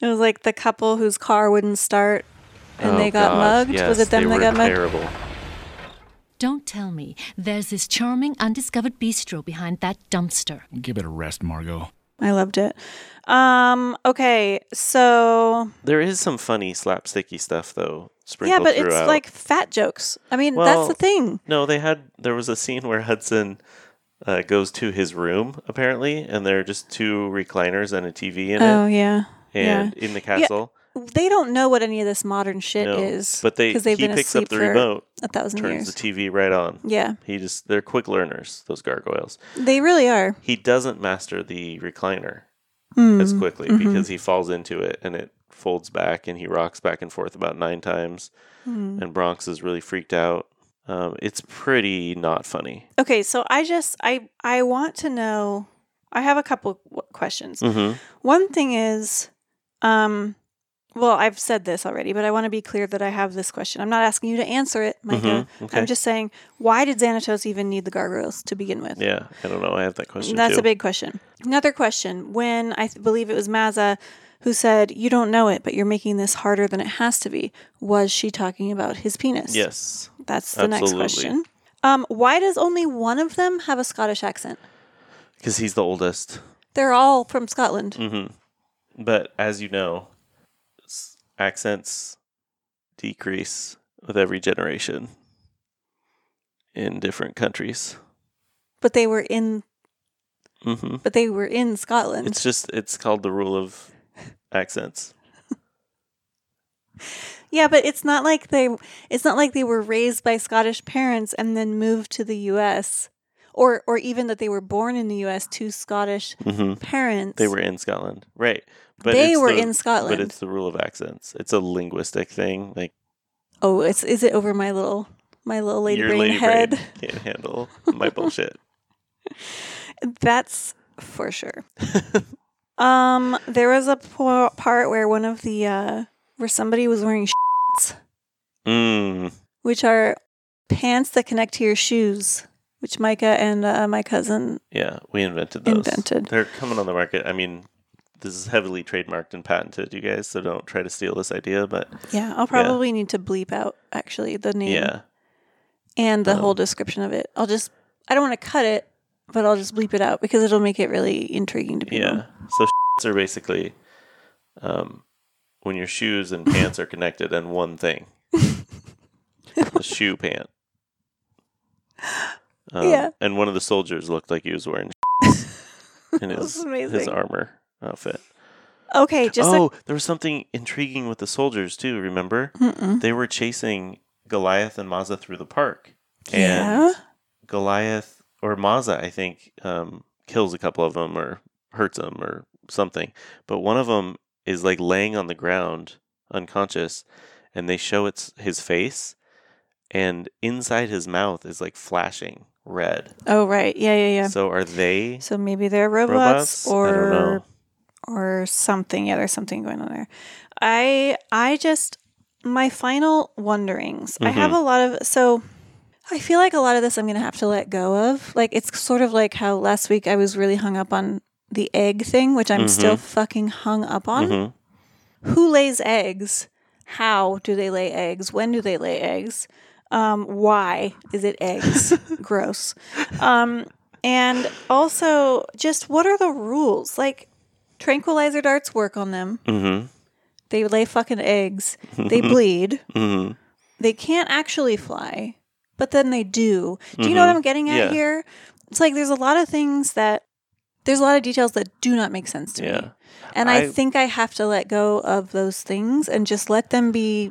C: It was like the couple whose car wouldn't start and
A: Oh,
C: they got
A: God,
C: mugged.
A: yes,
C: was it them
A: they
C: that
A: were
C: got mugged?
A: terrible.
M: Don't tell me. There's this charming undiscovered bistro behind that dumpster.
N: Give it a rest, Margot.
C: I loved it. Um, okay, so
A: There is some funny slapsticky stuff though.
C: yeah,
A: Sprinkled
C: but it's
A: throughout.
C: like fat jokes. I mean, that's the
A: Well,
C: thing.
A: No, they had. There was a scene where Hudson uh, goes to his room apparently, and there are just two recliners and a TV in it.
C: Oh, yeah.
A: and
C: Yeah.
A: in the
C: Yeah,
A: castle.
C: They don't know what any of this modern shit
A: no,
C: is.
A: but they
C: 'cause they've
A: he
C: been
A: picks up
C: asleep
A: the
C: for
A: remote,
C: a thousand
A: turns
C: years.
A: the TV right on.
C: Yeah.
A: he just they're quick learners. Those gargoyles.
C: They really are.
A: He doesn't master the recliner
C: Hmm,
A: as quickly
C: mhm.
A: because he falls into it and it folds back and he rocks back and forth about nine times.
C: Hmm.
A: And Bronx is really freaked out. Um, it's pretty not funny.
C: Okay, so I just I I want to know. I have a couple w- questions.
A: Mhm.
C: One thing is, um, well, I've said this already, but I want to be clear that I have this question. I'm not asking you to answer it, Micah.
A: Mhm, okay.
C: I'm just saying, why did Xanatos even need the gargoyles to begin with?
A: Yeah, I don't know. I have that question.
C: That's
A: too.
C: a big question. Another question. When I th- believe it was Mazza who said, "You don't know it, but you're making this harder than it has to be," was she talking about his penis?
A: Yes.
C: That's the next
A: Absolutely.
C: question. Um, why does only one of them have a Scottish accent?
A: Because he's the oldest.
C: They're all from Scotland.
A: hmm But as you know, s- accents decrease with every generation in different countries.
C: But they were in
A: hmm
C: but they were in Scotland.
A: It's just, it's called the rule of accents.
C: yeah, but it's not like they it's not like they were raised by Scottish parents and then moved to the US or or even that they were born in the US to Scottish
A: Mhm.
C: parents.
A: They were in Scotland. Right.
C: They
A: it's
C: were
A: the-
C: in Scotland.
A: But it's the rule of accents. It's a linguistic thing. Like,
C: Oh, it's is it over my little my little lady
A: your
C: brain
A: lady
C: head?
A: brain can't handle my bullshit.
C: That's for sure. um, there was a po- part where one of the uh, where somebody was wearing shorts,
A: Mm.
C: which are pants that connect to your shoes, which Micah and uh, my cousin.
A: Yeah, we invented those.
C: Invented.
A: They're coming on the market. I mean, this is heavily trademarked and patented, you guys. So don't try to steal this idea. But
C: Yeah, I'll probably need to bleep out actually the name
A: Yeah.
C: and the whole description of it. I'll just I don't want to cut it, but I'll just bleep it out because it'll make it really intriguing to people.
A: Yeah. So shits are basically um, when your shoes and pants are connected in one thing. the shoe pant. Um,
C: Yeah.
A: And one of the soldiers looked like he was wearing shits in
C: That's
A: his, his
C: amazing.
A: armor outfit.
C: Okay, just a-
A: oh, there was something intriguing with the soldiers too. Remember,
C: Mm-mm.
A: they were chasing Goliath and Mazza through the park,
C: Yeah.
A: and Goliath or Mazza, I think, um, kills a couple of them or hurts them or something. But one of them is like laying on the ground unconscious, and they show it's his face, and inside his mouth is like flashing red.
C: Oh right, yeah, yeah, yeah.
A: So are they?
C: So maybe they're
A: Robots?
C: robots,
A: I don't
C: or
A: know.
C: or something. Yeah, there's something going on there. I I just my final wonderings. I have
O: Mhm.
C: a lot of so I feel like a lot of this I'm going to have to let go of. Like it's sort of like how last week I was really hung up on the egg thing, which I'm still
O: Mhm.
C: fucking hung up on.
A: Mhm.
C: Who lays eggs? How do they lay eggs? When do they lay eggs? Um, why is it eggs? Gross. Um, and also, just what are the rules? Like, tranquilizer darts work on them.
A: Mm-hmm.
C: They lay fucking eggs. They bleed.
A: Mm-hmm.
C: They can't actually fly, but then they do. Do you know what
A: Mhm.
C: I'm getting at
A: Yeah.
C: here? It's like there's a lot of things that there's a lot of details that do not make sense to me.
A: Yeah.
C: And I,
A: I-
C: think I have to let go of those things and just let them be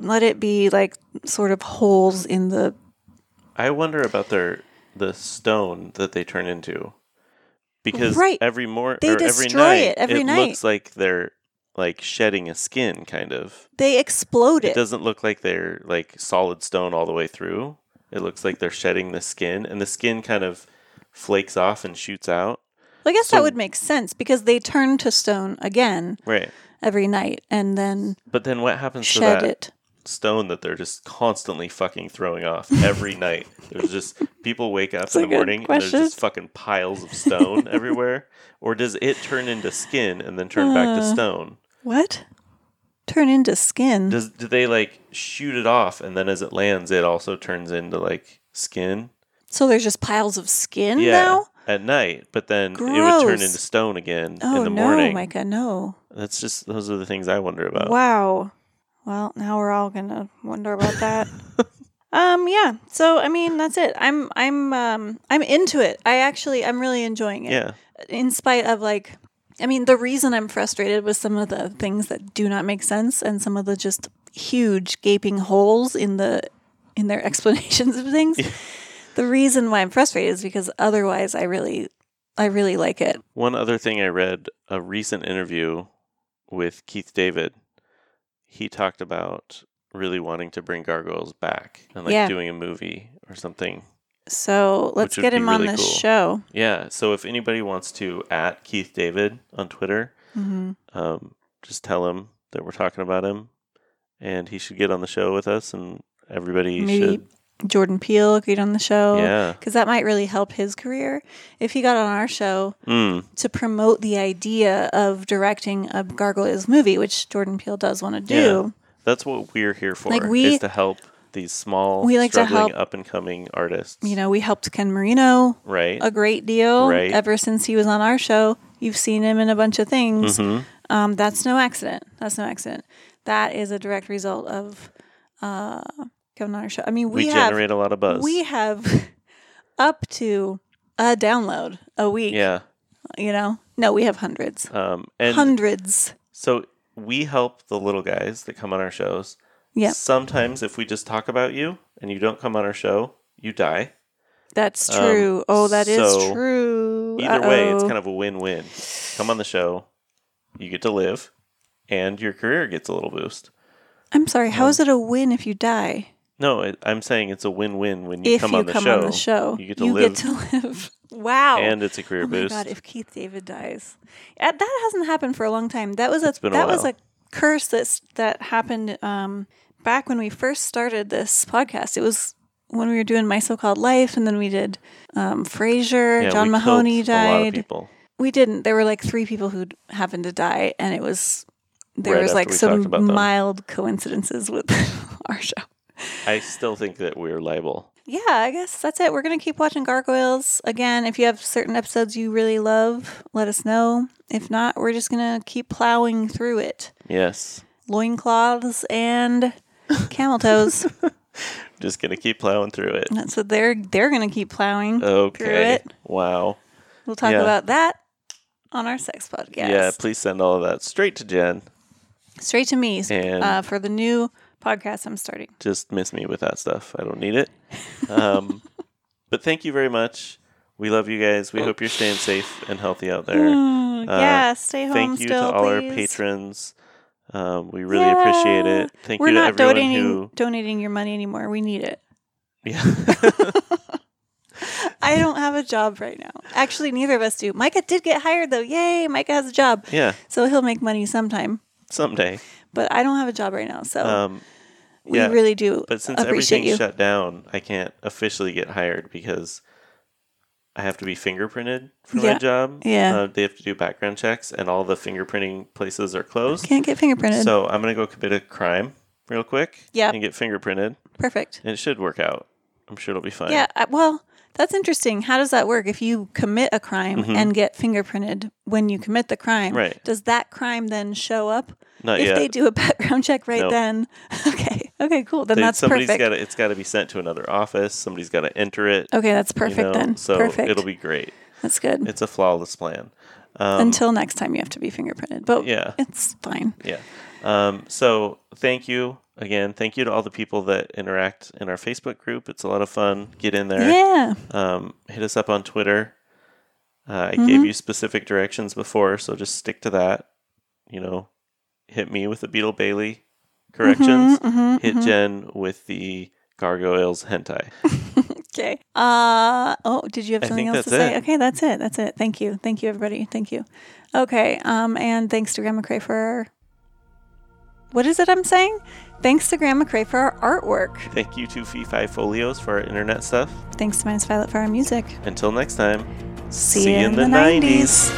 C: let it be like sort of holes in the
A: I wonder about their the stone that they turn into, because
C: Right.
A: every morning
C: They
A: or
C: destroy
A: every night
C: it every
A: it
C: night.
A: looks like they're like shedding a skin, kind of.
C: they explode
A: It
C: it.
A: doesn't look like they're like solid stone all the way through. It looks like they're shedding the skin, and the skin kind of flakes off and shoots out.
C: Well, I guess that
A: So-
C: would make sense because they turn to stone again
A: Right,
C: every night and then
A: but then what happens to
C: Shed
A: that
C: it.
A: stone that they're just constantly fucking throwing off every night. There's just people wake up
C: It's
A: in
C: a
A: the
C: good
A: morning and
C: question.
A: there's just fucking piles of stone everywhere. Or does it turn into skin and then turn back to
C: Uh.
A: stone?
C: What? Turn into skin.
A: Does do they like shoot it off and then as it lands it also turns into like skin?
C: so there's just piles of skin
A: yeah.
C: now?
A: At night, but then it would turn
C: Gross.
A: into stone again
C: Oh
A: in the
C: no,
A: morning. Oh.
C: Micah, no.
A: That's just those are the things I wonder about.
C: Wow. Well, now we're all gonna wonder about that. um, yeah. So I mean, that's it. I'm I'm um I'm into it. I actually I'm really enjoying it.
A: Yeah.
C: In spite of like I mean, the reason I'm frustrated with some of the things that do not make sense and some of the just huge gaping holes in the in their explanations of things. the reason why I'm frustrated is because otherwise I really I really like it.
A: One other thing I read a recent interview with Keith David. He talked about really wanting to bring gargoyles back and like
C: Yeah.
A: doing a movie or something.
C: So let's
A: which would
C: get
A: be
C: him on
A: really
C: the
A: cool.
C: show.
A: Yeah. So if anybody wants to at Keith David on Twitter,
C: Mhm.
A: um, just tell him that we're talking about him, and he should get on the show with us, and everybody
C: Maybe
A: should.
C: Jordan Peele agreed on the show.
A: Yeah.
C: Because that might really help his career. If he got on our show
A: Mm.
C: to promote the idea of directing a Gargoyles movie, which Jordan Peele does want to do.
A: That's what we're here for.
C: Like, we-
A: is to help these small,
C: We like to
A: struggling,
C: help-
A: up and coming artists.
C: You know, we helped Ken Marino
A: Right.
C: a great deal
A: Right.
C: ever since he was on our show. You've seen him in a bunch of things.
A: Mhm.
C: Um, that's no accident. That's no accident. That is a direct result of uh, coming on our show. I mean,
A: We
C: we, have,
A: generate a lot of buzz.
C: We have up to a download a week.
A: Yeah.
C: You know, no, we have hundreds,
A: Um, and
C: hundreds.
A: So we help the little guys that come on our shows.
C: Yeah.
A: Sometimes if we just talk about you and you don't come on our show, you die.
C: That's
A: Um,
C: true. oh, that is
A: so
C: true.
A: Either way, it's
C: Uh-oh.
A: kind of a win-win. Come on the show, you get to live, and your career gets a little boost.
C: I'm sorry.
A: um,
C: How is it a win if you die?
A: No, it, I'm saying it's a win-win when you
C: if
A: come
C: you
A: on the
C: come
A: show.
C: on the show,
A: you get to live.
C: live. Wow.
A: And it's a career
C: oh my
A: boost.
C: God, if Keith David dies, Uh, that hasn't happened for a long time. That was a
A: It's been a
C: that was
A: while.
C: a curse that's that happened um, back when we first started this podcast. It was when we were doing my so-called life, and then we did um, Frasier.
A: Yeah,
C: John
A: we
C: Mahoney
A: killed a lot of
C: died.
A: people.
C: We didn't. There were like three people who happened to die, and it was there
A: Right
C: was
A: after
C: like
A: we talked
C: some
A: about them.
C: mild coincidences with our show.
A: I still think that we're liable.
C: Yeah, I guess that's it. We're going to keep watching Gargoyles. Again, if you have certain episodes you really love, let us know. If not, we're just going to keep plowing through it.
A: Yes.
C: Loincloths and camel toes.
A: Just gonna keep plowing through it.
C: that's what they're they're going to keep plowing through
A: Okay.
C: it.
A: Wow.
C: We'll talk
A: Yeah.
C: about that on our sex podcast.
A: Yeah, please send all of that straight to Jen.
C: Straight to me
A: And-
C: uh, for the new podcast I'm starting.
A: Just miss me with that stuff. I don't need it. Um, but thank you very much. We love you guys. We hope you're staying safe and healthy out there. Uh,
C: Mm, Oh. yeah, stay home
A: Thank you
C: still,
A: to all our
C: please.
A: patrons. Um, we really appreciate it. Thank
C: We're
A: you to
C: not
A: everyone
C: donating
A: who.
C: donating your money anymore. We need it.
A: Yeah.
C: I don't have a job right now. Actually, neither of us do. Micah did get hired though. Yay, Micah has a job.
A: Yeah.
C: So he'll make money sometime.
A: Someday.
C: But I don't have a job right now. So
A: Um,
C: we really do
A: But since
C: appreciate
A: everything
C: you.
A: shut down, I can't officially get hired because I have to be fingerprinted for
C: Yeah.
A: my job.
C: Yeah.
A: Uh, they have to do background checks, and all the fingerprinting places are closed.
C: Can't get fingerprinted.
A: So I'm gonna go commit a crime real quick.
C: Yep.
A: And get fingerprinted.
C: Perfect.
A: And it should work out. I'm sure it'll be fine.
C: yeah. I- Well, that's interesting. How does that work? If you commit a crime
A: Mhm.
C: and get fingerprinted when you commit the crime,
A: Right.
C: does that crime then show up?
A: Not
C: if
A: yet.
C: they do a background check right
A: Nope.
C: then, okay, okay, cool. Then
A: They-
C: that's
A: somebody's
C: perfect.
A: got to, it's got to be sent to another office. Somebody's got to enter it.
C: Okay, that's perfect then.
A: So
C: Perfect.
A: it'll be great.
C: That's good.
A: It's a flawless plan. Um,
C: Until next time, you have to be fingerprinted, but
A: Yeah.
C: it's fine.
A: Yeah. Um, so thank you again. Thank you to all the people that interact in our Facebook group. It's a lot of fun. Get in there.
C: Yeah.
A: Um, hit us up on Twitter. Uh, I
C: Mhm.
A: gave you specific directions before, so just stick to that. You know, hit me with the Beetle Bailey corrections.
C: mhm,
A: hit
C: mhm.
A: Jen with the Gargoyles hentai.
C: Okay. Uh oh, did you have
A: I
C: something
A: think
C: else to
A: that's
C: say?
A: it.
C: Okay, that's it. That's it. Thank you. Thank you everybody. Thank you. Okay. Um and thanks to Grandma Cray for What is it I'm saying? Thanks to Grandma Cray for our artwork.
A: Thank you to Fee Fi Folios for our internet stuff.
C: Thanks to Minus Violet for our music.
A: Until next time,
C: See, you in, the 90s.